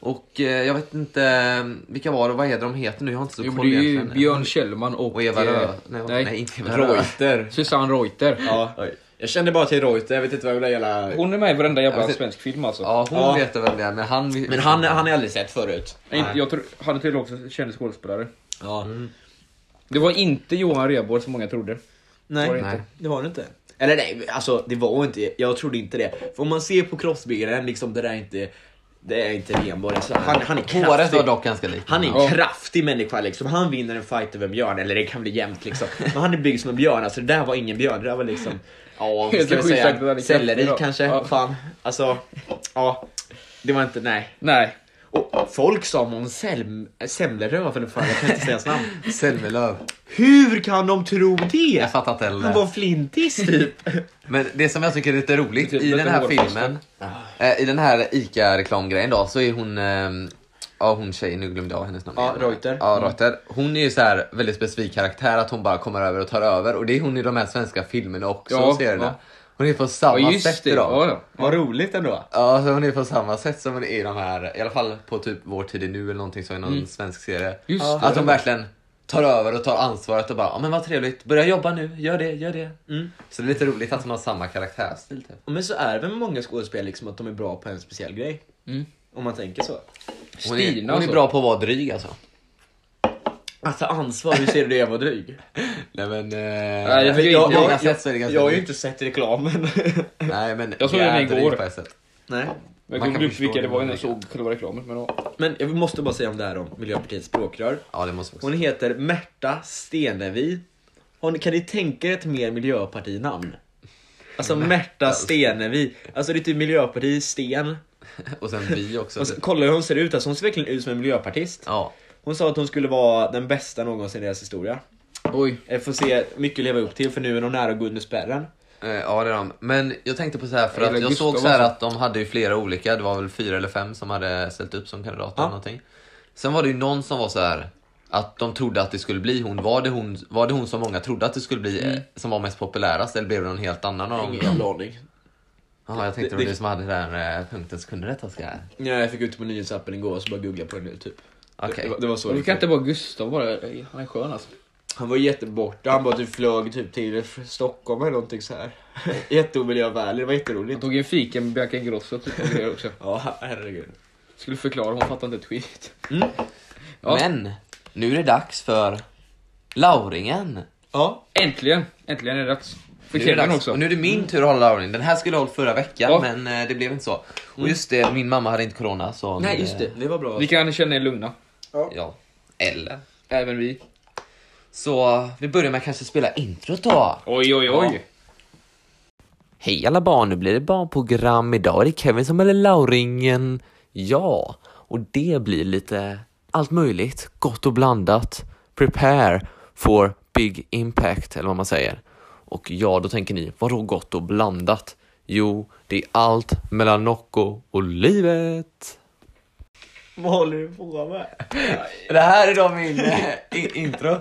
S2: Och eh, jag vet inte eh, vilka var det, vad är det de heter nu? Jag har inte så
S1: Jo,
S2: koll
S1: men det är ju
S2: egentligen.
S1: Björn Kjellman och...
S2: och Eva Rö...
S1: eh,
S2: Nej,
S1: nej.
S2: nej, inte Eva Rö.
S3: Reuter.
S1: Susanne Reuter.
S3: Ja. Jag kände bara till Reuter, jag vet inte vad jag vill gälla.
S1: Hon är med i varenda
S2: Jag
S1: jävla
S2: vet-
S1: svensk film alltså.
S2: Ja, hon
S3: Ja.
S2: vet vem det är, men han...
S3: Men han, han har jag aldrig sett förut.
S1: Nej, inte- Jag tror, han är tydligen också känd skådespelare.
S3: Ja.
S1: Mm. Det var inte Johan Rheborg som många trodde.
S3: Nej,
S1: Var det
S2: inte?
S3: nej, det var det inte. Eller nej, alltså det var inte, jag trodde inte det. För om man ser på kroppsbyggaren, liksom det där är inte, det är inte Renborg. Alltså, han, han är
S2: Håret
S3: kraftig.
S2: var dock ganska likt.
S3: Han är en
S1: Ja.
S3: kraftig människa liksom, han vinner en fight över en björn, eller det kan bli jämnt liksom. Men han är byggd som en björn, alltså det där var ingen björn, det där var liksom, ja vad
S1: Helt
S3: ska vi
S1: sjukt sagt, det där
S3: säga,
S1: är
S3: selleri
S1: kraftig då.
S3: kanske,
S1: Ja.
S3: fan. Alltså, ja. Det var inte, nej.
S1: Nej.
S3: Och folk sa Måns Zelm- Zelmerlöw, eller fan jag kan inte säga hans namn.
S2: Selmelöv.
S3: Hur kan de tro det?
S2: Jag fattar inte heller.
S3: Han var flintis typ.
S2: Men det som jag tycker är lite roligt
S1: Typ Lite-
S2: i
S1: lite
S2: den här
S1: hårfäste.
S2: filmen, eh, i den här ICA-reklamgrejen då, så är hon, ehm, ja hon tjejen, nu glömde jag hennes namn.
S3: Ja,
S2: igen.
S3: Reuter.
S2: Ja, Reuter. Hon är ju så här väldigt specifik karaktär, att hon bara kommer över och tar över. Och det är hon i de här svenska filmerna också,
S1: Ja,
S2: ser du
S1: ja.
S2: det? Hon är på
S1: Ja,
S2: samma
S1: just
S2: sätt
S1: det.
S2: i dem.
S1: Ja, ja.
S3: Vad roligt ändå.
S2: Ja, så hon är på samma sätt som hon är i de här, i alla fall på typ Vår tid är nu eller någonting så i någon svensk serie.
S1: Mm. Just
S2: att de verkligen tar över och tar ansvaret och bara, ja men vad trevligt, börja jobba nu, gör det, gör det.
S3: Mm.
S2: Så det är lite roligt att hon har samma karaktärsstil typ.
S3: Men så är det väl med många skådespelare liksom att de är bra på en speciell grej.
S1: Mm.
S3: Om man tänker så.
S2: Hon är,
S1: Stina
S2: hon är
S1: alltså.
S2: bra på att vara dryg alltså.
S3: Att ta ansvar, hur ser du det? Jag var dryg.
S2: Nej men... Eh,
S1: jag
S2: på
S1: tycker-
S2: många
S1: jag- jag-
S2: sätt så är det ganska
S3: jag har ju
S2: drygt.
S3: inte sett reklamen.
S2: Nej men
S1: Jag såg den
S2: jävligt
S1: igår.
S2: dryg på ett sätt.
S3: Nej.
S1: Jag
S2: Man kan
S1: glömde upp
S2: förstå
S1: vilka det
S2: det
S1: var
S2: man
S1: innan jag
S2: tycker.
S1: såg själva reklamen. Men ja.
S3: Men jag måste bara säga om det här om Miljöpartiets språkrör.
S2: Ja det måste man också.
S3: Hon heter Märta Stenevi. Har ni- Kan ni tänka er ett mer miljöpartinamn? Alltså Märta Stenevi. Alltså det är typ miljöparti, sten.
S2: Och sen vi också.
S3: Och så, kolla hur hon ser ut, alltså hon ser verkligen ut som en miljöpartist.
S2: Ja.
S3: Hon sa att hon skulle vara den bästa någonsin i deras historia.
S1: Oj.
S3: Jag får se mycket att leva upp till för nu är de nära att gå under spärren.
S2: Eh, Ja det är de. Men jag tänkte på så här för
S1: Jag
S2: att
S1: gillar
S2: jag såg
S1: Gustav
S2: så här
S1: också.
S2: att de hade ju flera olika, det var väl fyra eller fem som hade ställt upp som kandidater
S3: Ja.
S2: eller någonting. Sen var det ju någon som var så här att de trodde att det skulle bli hon. Var det hon, var det hon som många trodde att det skulle bli eh, som var mest populärast eller blev det någon helt annan av dem?
S3: jävla aning.
S2: Jaha, jag tänkte det
S3: Mm. Det-
S2: var du som hade den där eh, punkten så kunde rätta ska
S3: Ja, jag fick ut på nyhetsappen igår och så bara googlade på det nu typ.
S2: Okej.
S3: Det, var, det var så.
S1: Du kan inte bara Gustav bara. Han är skön alltså.
S3: Han var jätteborta, han bara typ flög typ till Stockholm eller någonting så här. Jätteomiljövänlig, det var
S1: Jag
S3: jätteroligt.
S1: tog en fika med Bianca Ingrosso typ, och grejer också.
S3: Ja, herregud.
S1: Skulle förklara, hon fattade inte ett skit. Ja.
S2: Men nu är det dags för Lauringen.
S3: Ja,
S1: Äntligen! Äntligen är det dags. För
S2: Nu är det
S1: Kevin
S2: dags.
S1: också.
S2: Och nu är det min tur att hålla Lauringen. Den här skulle jag ha hållit förra veckan
S1: Ja.
S2: men eh, det blev inte så. Och just det, min mamma hade inte corona så...
S3: nej
S2: min,
S3: just
S2: eh,
S3: det, det var bra.
S1: Ni kan känna er lugna.
S2: Ja, eller.
S1: Även vi.
S2: Så vi börjar med att kanske spela introt då.
S1: Oj, oj, oj.
S2: Hej alla barn, nu blir det barnprogram. Idag är det Kevin som eller Lauringen. Ja, och det blir lite allt möjligt, gott och blandat. Prepare for big impact, eller vad man säger. Och ja, då tänker ni, vadå gott och blandat? Jo, det är allt mellan Nocco och livet.
S3: Vad håller du på med?
S2: Det här är då min eh, intro.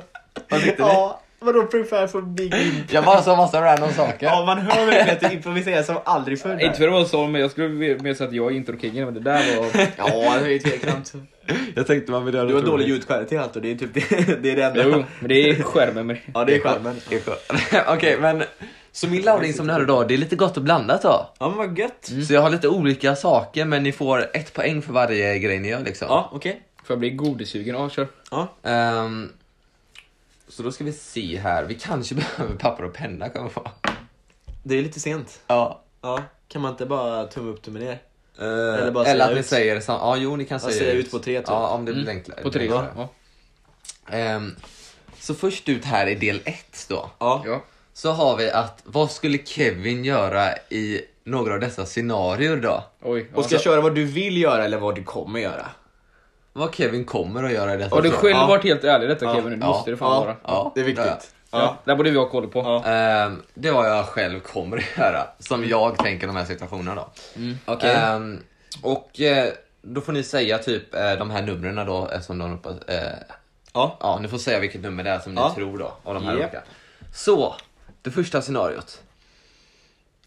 S2: Vad tyckte
S3: Ja, vadå prepare for big impact?
S2: Jag bara sa massa random saker.
S3: Ja, man hör typ, verkligen att du improviserar som aldrig förr.
S1: Inte för att vara sån, men jag skulle mer säga att jag är introkingen, men det där var...
S3: Ja, det är tveksamt.
S2: Jag tänkte man ville
S3: Du har dålig ljudkvalitet allt och det är typ det, det är det enda.
S1: Jo, men det är skärmen med
S3: Ja, det är charmen.
S2: Okej, men så min laddning som ni hörde då, det är lite gott och blandat då.
S3: Ja, men vad gött.
S1: Mm.
S2: Så jag har lite olika saker, men ni får ett poäng för varje grej ni gör liksom.
S3: Ja, okej.
S1: För jag blir godissugen. Ja, kör.
S3: Ja.
S2: Ehm, så då ska vi se här, vi kanske behöver papper och penna kommer på.
S3: Det är lite sent.
S2: Ja.
S3: Ja, kan man inte bara tumma upp, tummen ner?
S1: Eh,
S2: Eller,
S3: bara säga
S2: att ni
S3: ut.
S2: säger sam- Ja, jo ni kan
S3: Ja,
S2: säga,
S3: säga ut på tre, typ.
S2: Ja, om det blir
S1: Mm,
S2: enklare.
S1: På tre.
S2: enklare.
S1: Ja.
S2: Ehm, så först ut här är del ett då.
S3: Ja.
S1: Ja.
S2: Så har vi att, vad skulle Kevin göra i några av dessa scenarier då?
S1: Oj.
S3: Och ska
S1: alltså.
S3: köra vad du vill göra eller vad du kommer göra.
S2: Vad Kevin kommer att göra i detta
S1: Har du
S2: scenario.
S1: själv
S3: Ja.
S1: varit helt ärlig i detta
S3: Ja.
S1: Kevin? Det
S2: Ja.
S1: måste det fan
S3: Ja.
S1: vara.
S2: Ja,
S3: Det är viktigt.
S2: ja.
S3: Ja.
S1: Det borde vi ha koll på.
S3: Ja.
S2: Ehm, det var jag själv kommer att göra, som jag tänker de här situationerna då.
S3: Mm, okej.
S2: Ehm, och eh, då får ni säga typ eh, de här numren då, eh, som de hoppas, eh,
S3: Ja.
S2: ja, ni får säga vilket nummer det är som
S3: Ja.
S2: ni tror då, av de här
S3: Japp.
S2: olika. Så, det första scenariot.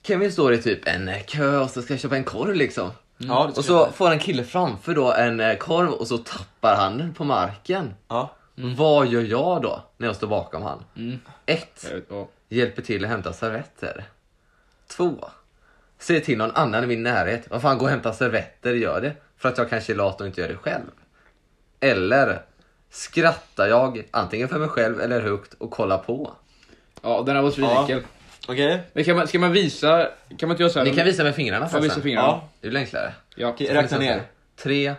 S2: Kevin står i typ en eh, kö och så ska jag köpa en korv liksom.
S3: Mm. Ja, det ska
S2: Och så får en kille framför då en eh, korv och så tappar han den på marken.
S3: Ja.
S2: Vad gör jag då när jag står bakom han?
S3: Mm.
S2: Ett,
S1: Jag vet, ja.
S2: Hjälper till att hämta servetter. 2. Säger till någon annan i min närhet. Vad fan, gå och hämta servetter, gör det. För att jag kanske är lat och inte gör det själv. Eller skrattar jag antingen för mig själv eller högt och kollar på.
S1: ja, den här var svinenkel.
S3: Okej.
S1: Men kan man, ska man visa? Kan man inte göra så här?
S2: Ni kan visa med fingrarna
S1: Jag
S2: förresten.
S1: visar fingrarna.
S3: Ja.
S2: Det är väl enklare?
S1: Ja.
S3: Okej, räkna ner.
S2: 3,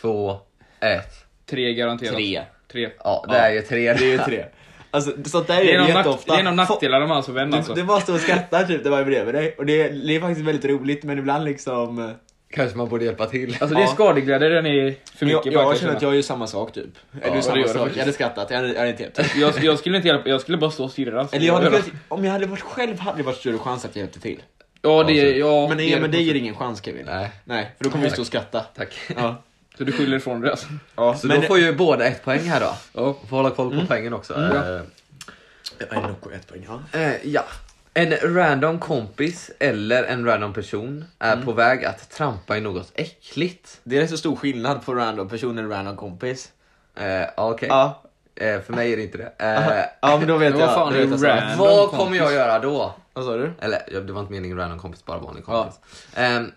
S2: 2, 1.
S1: Tre garanterat.
S3: Tre.
S1: Tre.
S2: Ja, det
S3: Ja,
S2: är ju 3.
S3: Det är ju tre. Alltså, sånt där är,
S1: Det är,
S3: det
S1: någon nack,
S3: jätteofta.
S1: det är någon
S3: Fo-
S1: nackdelar de har som vän
S3: Du,
S1: alltså.
S3: du bara står och skrattar typ när man är bredvid dig. Och det, det är faktiskt väldigt roligt men ibland liksom... eh,
S2: Kanske man borde hjälpa till.
S1: Alltså det är
S3: Ja.
S1: skadeglädje, den är för mycket.
S3: Jag, jag
S1: bara,
S3: känner att jag gör samma sak typ. Eller
S1: det gör
S3: samma
S1: du
S3: sak.
S1: faktiskt.
S3: Jag hade skrattat, jag hade, jag hade inte hjälpt.
S1: jag, jag skulle inte hjälpa, jag skulle bara stå och stirra. Alltså.
S3: Eller jag hade,
S1: Ja,
S3: kunnat- om jag hade varit själv hade det varit större chans att jag hjälpte till.
S1: Ja, det är... Ja,
S3: Men,
S1: det
S3: ja,
S1: är
S3: men
S1: det.
S3: det ger ingen chans Kevin.
S2: Nej,
S3: Nej, för då kommer vi stå och skratta.
S2: tack.
S3: Ja.
S1: Så du skyller ifrån dig alltså.
S3: Ja,
S2: Så
S3: men,
S2: då får ju båda ett poäng här då.
S1: Ja.
S2: Får hålla koll på poängen också. Eh,
S3: Ja, en Nocco ett poäng. Ja.
S2: Eh, ja. En random kompis eller en random person är
S3: Mm.
S2: på väg att trampa i något äckligt.
S3: Det är rätt så stor skillnad på random person och random kompis.
S2: Eh, Okej,
S3: Ja,
S2: eh, för mig är det inte det. Eh,
S3: ja men då vet
S1: Men
S3: jag.
S1: vad fan
S3: då
S1: är
S3: vet jag svaret.
S1: random?
S2: vad
S1: kompis.
S2: kommer jag göra då?
S3: Vad sa du?
S2: Eller ja, det var inte meningen random kompis, bara vanlig kompis. Ehm,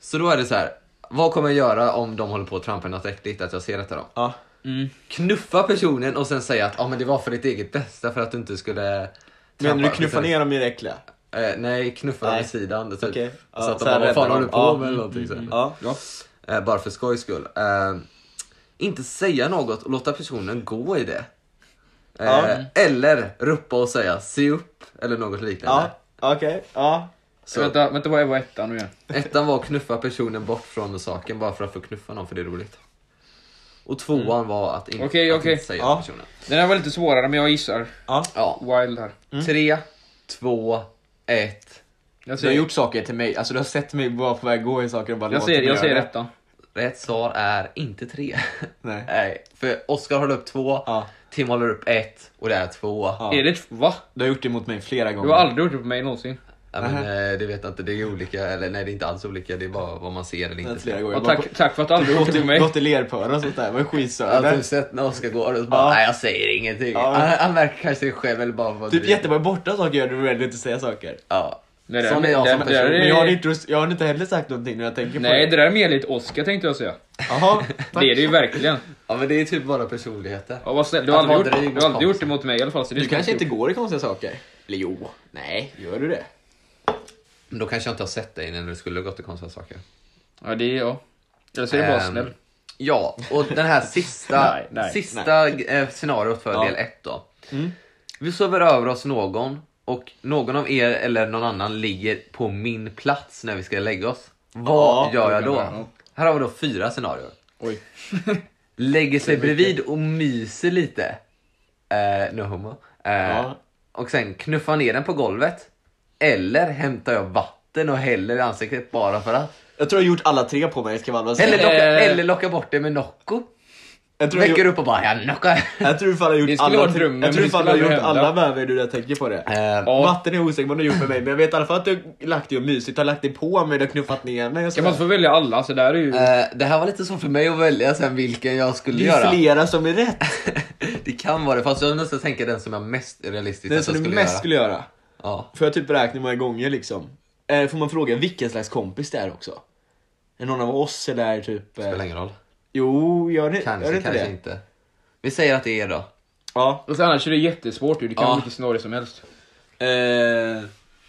S2: så då är det så här. Vad kommer jag göra om de håller på att trampa i något äckligt? Att jag ser detta då?
S3: Ja.
S2: Knuffa personen och sen säga att ah, men det var för ditt eget bästa för att du inte skulle...
S3: Men
S2: trampa."
S3: du knuffar ner dem i det äckliga?
S2: Eh, nej, knuffa dem
S3: Nej.
S2: i sidan. Typ.
S3: Okej. Ja,
S2: så att
S3: så
S2: de
S3: här
S2: bara, vad fan
S3: räddar
S2: håller du
S3: Alltså, de.
S2: på
S3: Ja. Mm.
S2: med? Eller någonting, så här.
S3: Ja.
S1: Ja.
S2: Eh, bara för skojs skull. Eh, inte säga något och låta personen gå i det. Eh,
S3: Ja.
S2: Eller ropa och säga se upp eller något liknande.
S3: Ja, okej. Ja.
S1: Så. Vänta, vänta, vad är vad ettan nu igen?
S2: Ettan var att knuffa personen bort från saken bara för att få knuffa någon för det är roligt. Och tvåan var att, in,
S1: Okej,
S2: att
S1: okej.
S2: inte säga
S3: Mm. Ja.
S2: till personen.
S1: Den här var lite svårare, men jag gissar
S3: ja. Mm.
S2: Ja.
S1: wild här.
S2: Tre, två, ett.
S1: Jag
S3: Du har
S1: säger,
S3: gjort saker till mig, alltså du har sett mig vara på väg gå i saker och bara
S1: jag
S3: låtit
S1: säger,
S3: mig
S1: jag
S3: göra
S1: säger
S3: det.
S1: ettan.
S2: Rätt svar är inte tre.
S3: Nej.
S2: Nej, för Oskar håller upp två,
S3: Ja.
S2: Tim håller upp ett och det är två. Ja.
S3: Ja.
S1: Är det ett- Va?
S3: Du har gjort det mot mig flera
S1: Du
S3: gånger.
S1: har aldrig gjort det på mig någonsin.
S2: men, eh, det vet jag inte, det är olika, eller nej det är inte alls olika, det är bara vad man ser eller
S3: Nej,
S2: inte ser.
S3: flera gånger.
S1: Ja,
S3: Bara
S1: tack, tack för att du aldrig
S3: gått-
S1: gjort det på mig.
S3: Gått i lerpölar och sånt där, var ju
S2: Jag har
S3: skitsöder.
S2: typ sett när Oskar går och så bara,
S3: Ja.
S2: nej jag säger ingenting.
S3: Ja.
S2: Han, han märker kanske det själv eller bara vad
S3: Typ jättemånga borta saker gör du väl inte säga saker.
S2: Ja.
S1: Nej, det-
S2: Sån är jag
S1: det-
S2: som
S1: det-
S2: person.
S1: det-
S3: Men jag har inte, jag har inte heller sagt någonting när jag tänker
S1: Nej,
S3: på
S1: det
S3: det.
S1: där är mer likt Oscar tänkte jag säga.
S3: Jaha, tack.
S1: Det är det ju verkligen.
S2: Ja men det är typ bara personligheter.
S1: Ja, vad snäll, du
S2: Att
S1: har aldrig, gjort,
S2: vara dryg
S1: du
S2: mot
S1: har aldrig
S2: kompisen.
S1: gjort det mot mig i alla fall. Så det
S3: Du
S1: ska
S3: kanske
S1: jag
S3: inte går i konstiga saker? Eller jo, nej, gör du det?
S2: Men då kanske jag inte har sett dig när du skulle ha gått till konstiga saker.
S1: Ja, det är jag. Jag säger bara
S2: Ehm,
S1: snäll.
S2: Ja, och den här sista,
S1: Nej, nej, Mm.
S2: sista eh, scenariot för
S3: Ja.
S2: del 1 då. Vi sover över oss någon och någon av er eller någon annan ligger på min plats när vi ska lägga oss.
S3: Ja,
S2: Vad gör jag då?
S1: ja.
S2: Här har vi då fyra scenarier.
S1: Oj.
S2: Lägger sig bredvid och myser lite. Eh, no homo. Eh,
S3: Ja.
S2: Och sen knuffar ner den på golvet. Eller hämtar jag vatten och häller i ansiktet bara för att.
S3: Jag tror jag har gjort alla tre på mig, ska vara
S2: Eller
S3: Eller
S2: locka,
S1: Eh.
S2: eller locka bort det med Nocco.
S3: jag tror
S2: Väcker
S3: jag,
S2: upp och bara jag knockar.
S3: jag tror fan jag har
S1: Det
S3: gjort
S1: skulle
S3: alla
S1: vara
S3: tre.
S1: drömmen,
S3: Jag tror
S1: men det
S3: fan
S1: skulle
S3: jag har gjort
S1: aldrig hända.
S3: alla med mig nu när jag tänker på det.
S2: Eh,
S1: Ja.
S3: Vatten är osäkert vad du har gjort med mig, men jag vet i alla fall att du har lagt det och mysigt. Du har lagt det på mig, du har knuffat ner mig och
S1: Jag måste
S3: sådär.
S1: få välja alla, så där är
S3: Äh.
S1: ju...
S2: Eh, det här var lite svårt för mig att välja sen vilken jag skulle
S3: Det är
S2: göra. Alltså,
S3: flera som är rätt.
S2: det kan vara det, fast jag måste tänka den som jag mest realistiskt
S3: Den
S2: att jag
S3: som du
S2: skulle
S3: mest
S2: göra.
S3: skulle göra.
S2: Ja.
S3: Får jag typ räkna hur många gånger liksom? Eh, får man fråga vilken slags kompis det är också? Är någon av oss eller typ... Eh,
S2: Spelar ingen roll.
S3: jo, gör det,
S2: Kanske,
S3: gör det inte
S2: kanske
S3: det?
S2: inte. Vi säger att det är då.
S1: Och
S3: Ja.
S1: sen, Alltså, annars är det jättesvårt ju, det kan
S2: Ja.
S1: vara vilket scenario som helst.
S3: Eh,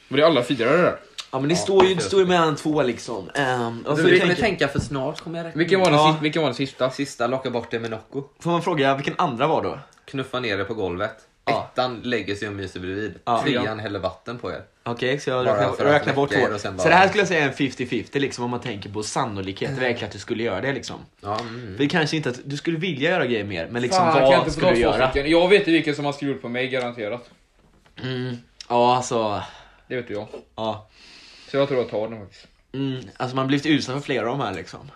S1: Men det är alla fyra det där.
S3: ja men det står ju, det står ju mellan två liksom. Ehm, och
S2: Du,
S3: så
S2: vi kommer
S3: tänker-
S2: tänka för snart kommer jag räkna.
S1: Vilken var den,
S3: Ja.
S1: sista, vilken var den sista?
S2: Sista, locka bort det med Nocco.
S3: Får man fråga vilken andra var då?
S2: Knuffa ner det på golvet.
S3: Ja.
S2: Ettan lägger sig och myser bredvid.
S3: Ja.
S2: Trean häller vatten på er.
S3: Okej, så jag
S2: Bara
S3: räknar,
S2: för att
S3: räknar bort
S2: knäcka er
S3: två.
S2: och sen
S3: Så
S2: bara-
S3: det här skulle jag säga är en 50-50 liksom om man tänker på sannolikhet. Det är verkligen att du skulle göra det liksom.
S2: Ja, mm.
S3: För det kanske inte att du skulle vilja göra grejer mer, men liksom
S1: Fan, kan jag inte
S3: vad
S1: få
S3: skulle
S1: ta
S3: du
S1: två
S3: göra?
S1: stycken? Jag vet ju vilken som har skrivit på mig, garanterat.
S3: Mm, ja, alltså.
S1: Det vet ju jag.
S3: Ja.
S1: Så jag tror jag tar den faktiskt.
S3: Mm, alltså man har blivit utsatt för flera av de här liksom.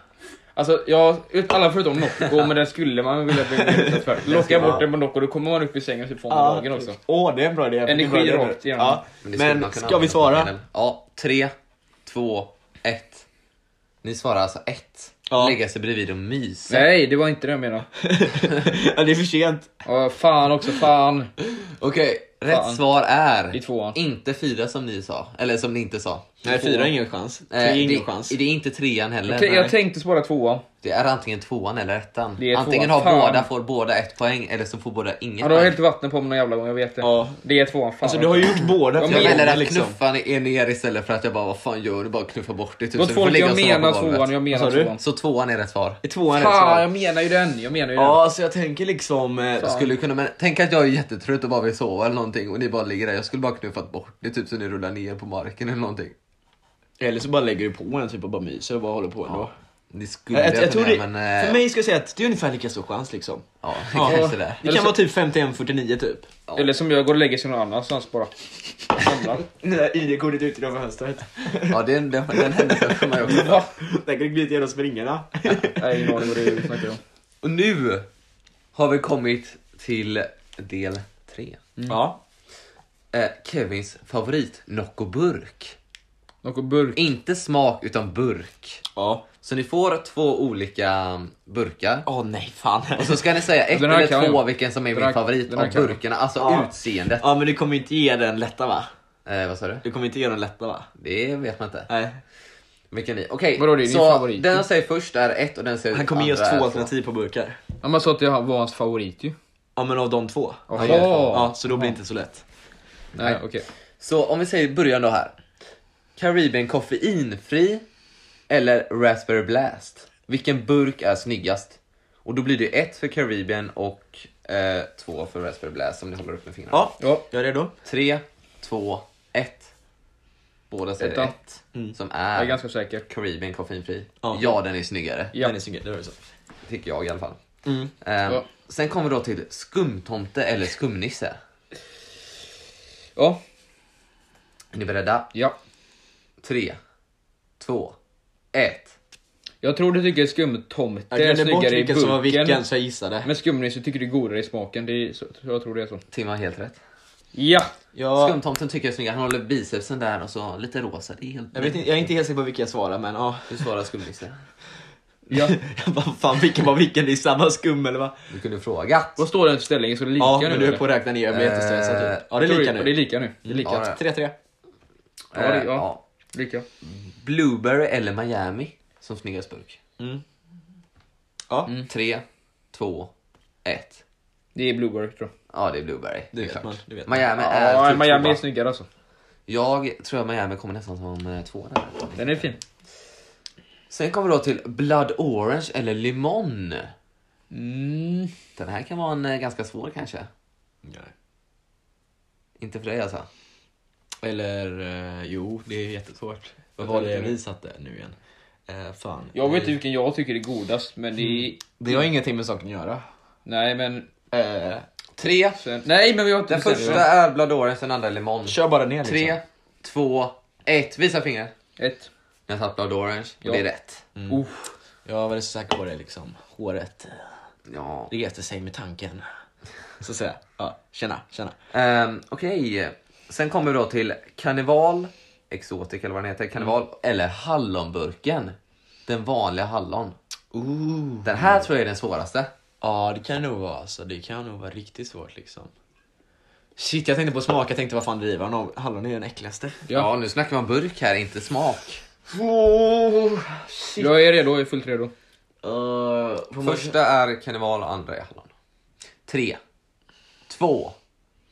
S1: Alltså, jag, ut- alla förutom Nocco, men den skulle man vilja bli utsatt för. Locka bort den på Nocco, då kommer man upp i sängen och typ får man dagen också.
S3: Åh, det är en bra idé.
S1: Energi
S3: Det är en bra idé.
S1: rakt igenom.
S3: Ja.
S2: det skulle
S3: Men,
S2: man kunna
S3: ska vi
S2: använda som
S3: svara?
S2: medel. Ja, tre, två, ett. Ni svarar alltså ett.
S3: Ja.
S2: Lägga sig bredvid och mysa.
S1: Nej, det var inte det jag menade.
S3: ja, det är för sent.
S1: Ja, fan också, fan.
S2: Okej, rätt
S1: Fan.
S2: svar är
S1: I tvåan.
S2: inte fyra som ni sa, eller som ni inte sa.
S3: Nej, fyra är ingen chans. Tre är
S2: Eh,
S3: ingen
S2: det,
S3: chans.
S2: det är inte trean heller.
S1: Te-
S2: Nej.
S1: Jag tänkte spara tvåan.
S2: Det är antingen tvåan eller ettan.
S1: Det är
S2: Antingen
S1: tvåan.
S2: har
S1: Fan.
S2: båda, får båda ett poäng, eller så får båda inget
S1: Ja, du har
S2: poäng.
S1: hällt vatten på mig någon jävla gång, jag vet det.
S3: Ja.
S1: Det är tvåan, fan.
S3: Alltså du har ju gjort båda
S1: Jag
S2: Jag
S3: flera
S1: menar
S2: väljer
S3: gånger,
S2: att
S3: liksom.
S2: knuffa er ner istället för att jag bara, vad fan gör du? Bara knuffa bort det. Typ.
S1: Gott
S2: Så vi får
S1: folk,
S2: lägga
S1: jag
S2: oss och vara på
S1: menar
S2: golvet.
S1: tvåan, jag menar
S3: Vad sa du?
S1: tvåan.
S2: Så tvåan är rätt svar.
S3: I tvåan är det
S1: Fan,
S3: svar.
S1: jag menar ju den, jag menar ju den.
S3: Ja, så jag tänker liksom... eh,
S2: Jag skulle kunna, men tänk att jag är jättetrött och bara vill sova eller någonting och ni bara ligger där. Jag skulle bara knuffat bort det typ så ni rullar ner på marken eller någonting.
S3: Eller så bara lägger du på en typ och bara myser och bara håller på ändå.
S2: Ni skulle
S3: Jag, jag, jag tror
S2: kunna
S3: det,
S2: göra, men... eh,
S3: för mig ska jag säga att det är ungefär lika stor chans liksom.
S2: Ja,
S3: Ja.
S2: kanske det.
S3: Det
S1: Eller
S3: kan
S1: så-
S3: vara typ 51-49 typ.
S1: Eller som jag, går och lägger sig någon annanstans bara. Samlar.
S3: ID-kortet ut genom fönstret.
S2: Ja, den, den, den händelsen för mig också.
S1: Va?
S3: Den kan glida genom springorna.
S1: Nej, ingen aning vad det är vi snackar om.
S2: Och nu har vi kommit till del tre.
S3: Mm. Ja.
S2: Eh, Kevins favorit, Noccoburk.
S1: Nocco burk.
S2: Inte smak, utan burk.
S3: Ja.
S2: Så ni får två olika burkar.
S3: Åh nej, fan.
S2: Och så ska ni säga ett
S1: Den här kan
S2: eller två
S1: jag.
S2: vilken som är
S1: Den
S2: min
S1: här-
S2: favorit
S1: den här
S2: av
S1: kan jag.
S2: burkarna. Alltså
S3: Ja.
S2: utseendet.
S3: Ja men du kommer inte ge den lätta va?
S2: Eh, vad sa du?
S3: Du kommer inte ge den lätta va?
S2: Det vet man inte.
S3: Nej.
S2: Vilken ni... Okej,
S1: Vadå, det är din
S2: så
S1: favorit?
S2: den jag säger först är ett och den säger
S3: Han kommer ge
S2: andra
S3: oss
S2: är
S3: två alternativ på burkar.
S1: Ja, man sa att det var hans favorit ju.
S3: Ja men av de två.
S1: Jaha.
S2: det är det.
S3: Ja, så då blir det inte så lätt.
S1: Nej, okej.
S2: Så om vi säger början då här. Caribbean koffeinfri eller Raspberry Blast? Vilken burk är snyggast? Och då blir det ett för Caribbean och eh, två för Raspberry Blast om ni håller upp med fingrarna.
S3: Ja,
S1: Ja.
S3: jag är redo.
S2: Tre, två, ett. Båda säger
S1: Ettan.
S2: ett. Som är,
S1: Jag är ganska säker.
S2: Caribbean koffeinfri.
S3: Mm. Ja.
S2: Ja. den är snyggare.
S1: Ja.
S3: Den är snyggare, det var det så.
S2: Tycker jag i alla fall.
S3: Mm.
S2: Ehm,
S1: Ja.
S2: Sen kommer vi då till skumtomte eller skumnisse.
S1: Ja.
S2: Är ni beredda?
S1: ja.
S2: Tre, två, ett.
S1: Jag tror du tycker skumtomte
S3: Jag
S1: är
S3: glömde bort
S1: snyggare i
S3: vilken som var vilken
S1: burken.
S3: så jag gissade.
S1: Men skumnisse tycker du är godare i smaken. Det är, så, jag tror det är så.
S2: Tim har helt rätt.
S1: Ja!
S3: Jag,
S2: Skumtomten tycker jag är snyggare. Han håller bicepsen där och så lite rosa. Det är helt...
S3: jag, vet inte, jag är inte helt säker på vilka jag svarar men ja.
S2: Du svarar skumnisse.
S1: ja.
S3: Jag bara, fan vilken var vilken? Det är samma skum eller va?
S2: Du kunde fråga.
S1: Vad står den ställningen? Så det är lika
S3: Ja
S1: nu
S3: men du är
S1: eller?
S3: på att räkna ner, jag blir
S2: Eh,
S3: jättestressad typ. Ja det
S1: Jag
S3: är
S1: tror
S3: lika
S1: Det är
S3: nu.
S1: lika nu. Det är lika.
S2: Ja, det är-
S3: 3-3.
S1: Ja, det-
S2: Eh,
S1: ja.
S2: ja.
S1: lika.
S2: Blueberry eller Miami som snyggast burk.
S3: Mm. Ja,
S1: Mm.
S2: Tre, två, ett.
S1: Det är Blueberry tror jag.
S2: Ja, det är Blueberry. Det
S3: vet man, det vet man.
S2: Miami är
S1: Ja,
S2: typ
S1: Miami är
S2: tvåa.
S1: snyggare alltså.
S2: Jag tror att Miami kommer nästan som eh, två där.
S1: Den är fin.
S2: Sen kommer vi då till Blood Orange eller Limon.
S1: Mm.
S2: Den här kan vara en eh, ganska svår kanske.
S3: Nej.
S2: Inte för dig alltså.
S3: Eller, eh, jo, det är jättesvårt. Vad var det vi satte nu igen? Eh, fan.
S1: Jag vet inte vilken jag tycker är godast, men det
S2: Mm.
S1: är...
S3: Det har ingenting med saken att göra.
S1: Nej, men...
S3: Eh, tre.
S1: Sen... Nej, men vi har inte
S2: Den
S1: bestämt.
S2: första är Blood Orange, den andra är Limon.
S3: Kör bara ner liksom.
S2: Tre, två, ett. Visa fingret.
S1: Ett.
S2: Jag satt Blood Orange.
S1: Ja.
S2: Det är rätt.
S1: Uff.
S3: Jag var så säker på det liksom. Håret
S2: Ja.
S3: reste sig med tanken. Så säger jag, ja, tjena, tjena.
S2: Ehm, Okej. Sen kommer vi då till karneval, exotik eller vad den heter, karneval, eller hallonburken. Den vanliga hallon.
S3: Ooh.
S2: Den här tror jag är den svåraste.
S3: Ja, det kan det nog vara alltså. Det kan nog vara riktigt svårt liksom. Shit, jag tänkte på smak. Jag tänkte vad fan driver han om? Hallon är ju den äckligaste.
S2: Ja. nu snackar man burk här, inte smak.
S3: Oh,
S1: Jag är redo, jag är fullt redo.
S2: Första är karneval och andra är hallon. Tre, två,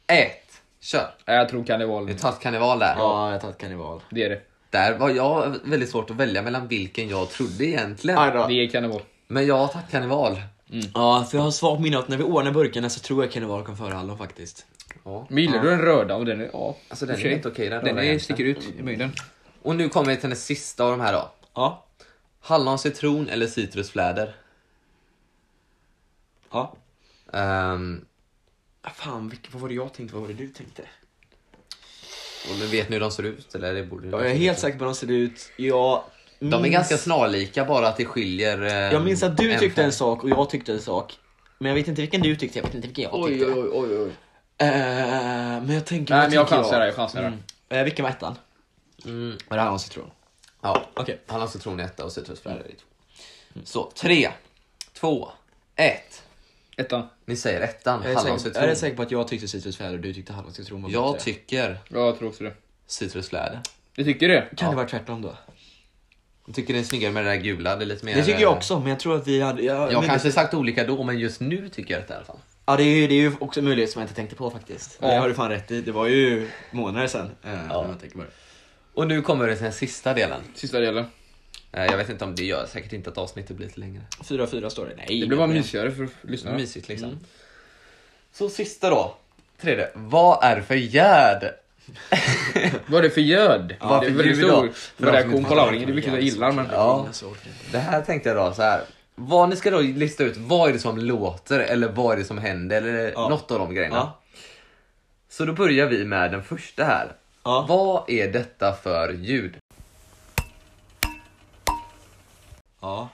S2: ett, kör.
S1: Nej, jag tror
S2: Vi
S1: karnevalen.
S2: tar ett karneval där.
S3: Ja, jag tar ett karneval.
S1: Det är det.
S2: Där var jag väldigt svårt att välja mellan vilken jag trodde egentligen.
S1: Det är karneval.
S2: Men jag tack karneval.
S3: Mm. Ja, för jag har svagt minne att när vi ordnar burkarna så tror jag karneval kom före hallon faktiskt.
S2: Ja.
S1: Men gillar du den röda? Och den är... Ja.
S2: Alltså,
S1: i
S2: den
S1: och för sig.
S2: är inte okej, den
S1: Den
S2: röda
S1: är,
S2: egentligen.
S1: sticker ut i mängden.
S2: Och nu kommer vi till den sista av de här då.
S3: Ja.
S2: Hallon, citron eller citrusfläder?
S3: Ja.
S2: Ehm,
S3: Fan, vilk- vad var det jag tänkte? Vad var det du tänkte?
S2: och nu vet ni hur de ser ut? Eller det borde ni
S3: Ja, jag är
S2: också
S3: helt
S2: veta.
S3: säker på hur de ser ut. Jag
S2: De är
S3: minns-
S2: ganska snarlika, bara att det skiljer... ehm,
S3: Jag minns att du tyckte
S2: färg.
S3: en sak och jag tyckte en sak. Men jag vet inte vilken du tyckte, jag vet inte vilken jag tyckte.
S1: oj, oj.
S3: Eh, men jag tänker...
S1: Nej,
S3: vad
S1: men jag
S3: tycker
S1: chansar där, jag chansar där.
S3: Mm. Eh, vilken var ettan?
S2: Mm,
S3: Var det hallon citron?
S2: ja,
S3: Okej.
S2: hallon, citron alltså är etta och citrusfläder
S3: Mm.
S2: är två. Så, tre, två, ett.
S1: Ettan.
S2: Ni säger ettan,
S3: Jag är,
S2: hallon,
S3: säker, jag
S2: citron.
S3: är säker på att jag tyckte citrusfläder och du tyckte hallon citron var
S2: Jag
S3: bättre.
S2: tycker
S1: Ja, jag tror också det.
S2: citrusfläder.
S1: Du tycker det?
S3: Kan det vara tvärtom då?
S2: Jag tycker det är snyggare med det där gula, det är lite mer...
S3: Det tycker
S2: eh,
S3: jag också, men jag tror att vi hade... Jag,
S2: Jag
S3: men-
S2: kanske sagt olika då, men just nu tycker jag det i alla fall.
S3: Ja, det är, ju, det är ju också en möjlighet som jag inte tänkte på faktiskt.
S1: Ja.
S3: Det har du fan rätt i. Det var ju månader sedan. Eh,
S2: Ja.
S3: när jag tänker på det.
S2: Och nu kommer det till den sista delen.
S1: Sista delen.
S2: Eh, Jag vet inte om det gör säkert inte att avsnittet blir lite längre.
S3: 4-4 står det. Nej,
S1: Det blir bara
S3: men-
S1: mysigare för lyssnarna.
S2: Mysigt liksom.
S3: Mm.
S2: Så sista då. Tredje. Vad är för gärd?
S1: Vad är det för göd?
S2: Ja,
S1: det är
S2: för
S1: väldigt
S2: jul
S1: stor
S2: då. För de som
S1: variation
S2: inte
S1: på
S2: fattar
S1: lauringen. Det är vilket jag gillar, men...
S2: Ja.
S3: Så orkar Alltså, jag inte.
S2: Det här tänkte jag då så här. Vad ni ska då lista ut, vad är det som låter eller vad är det som händer eller
S3: Ja.
S2: något av de grejerna.
S3: Ja.
S2: Så då börjar vi med den första här.
S3: Ja.
S2: Vad är detta för ljud?
S3: Ja.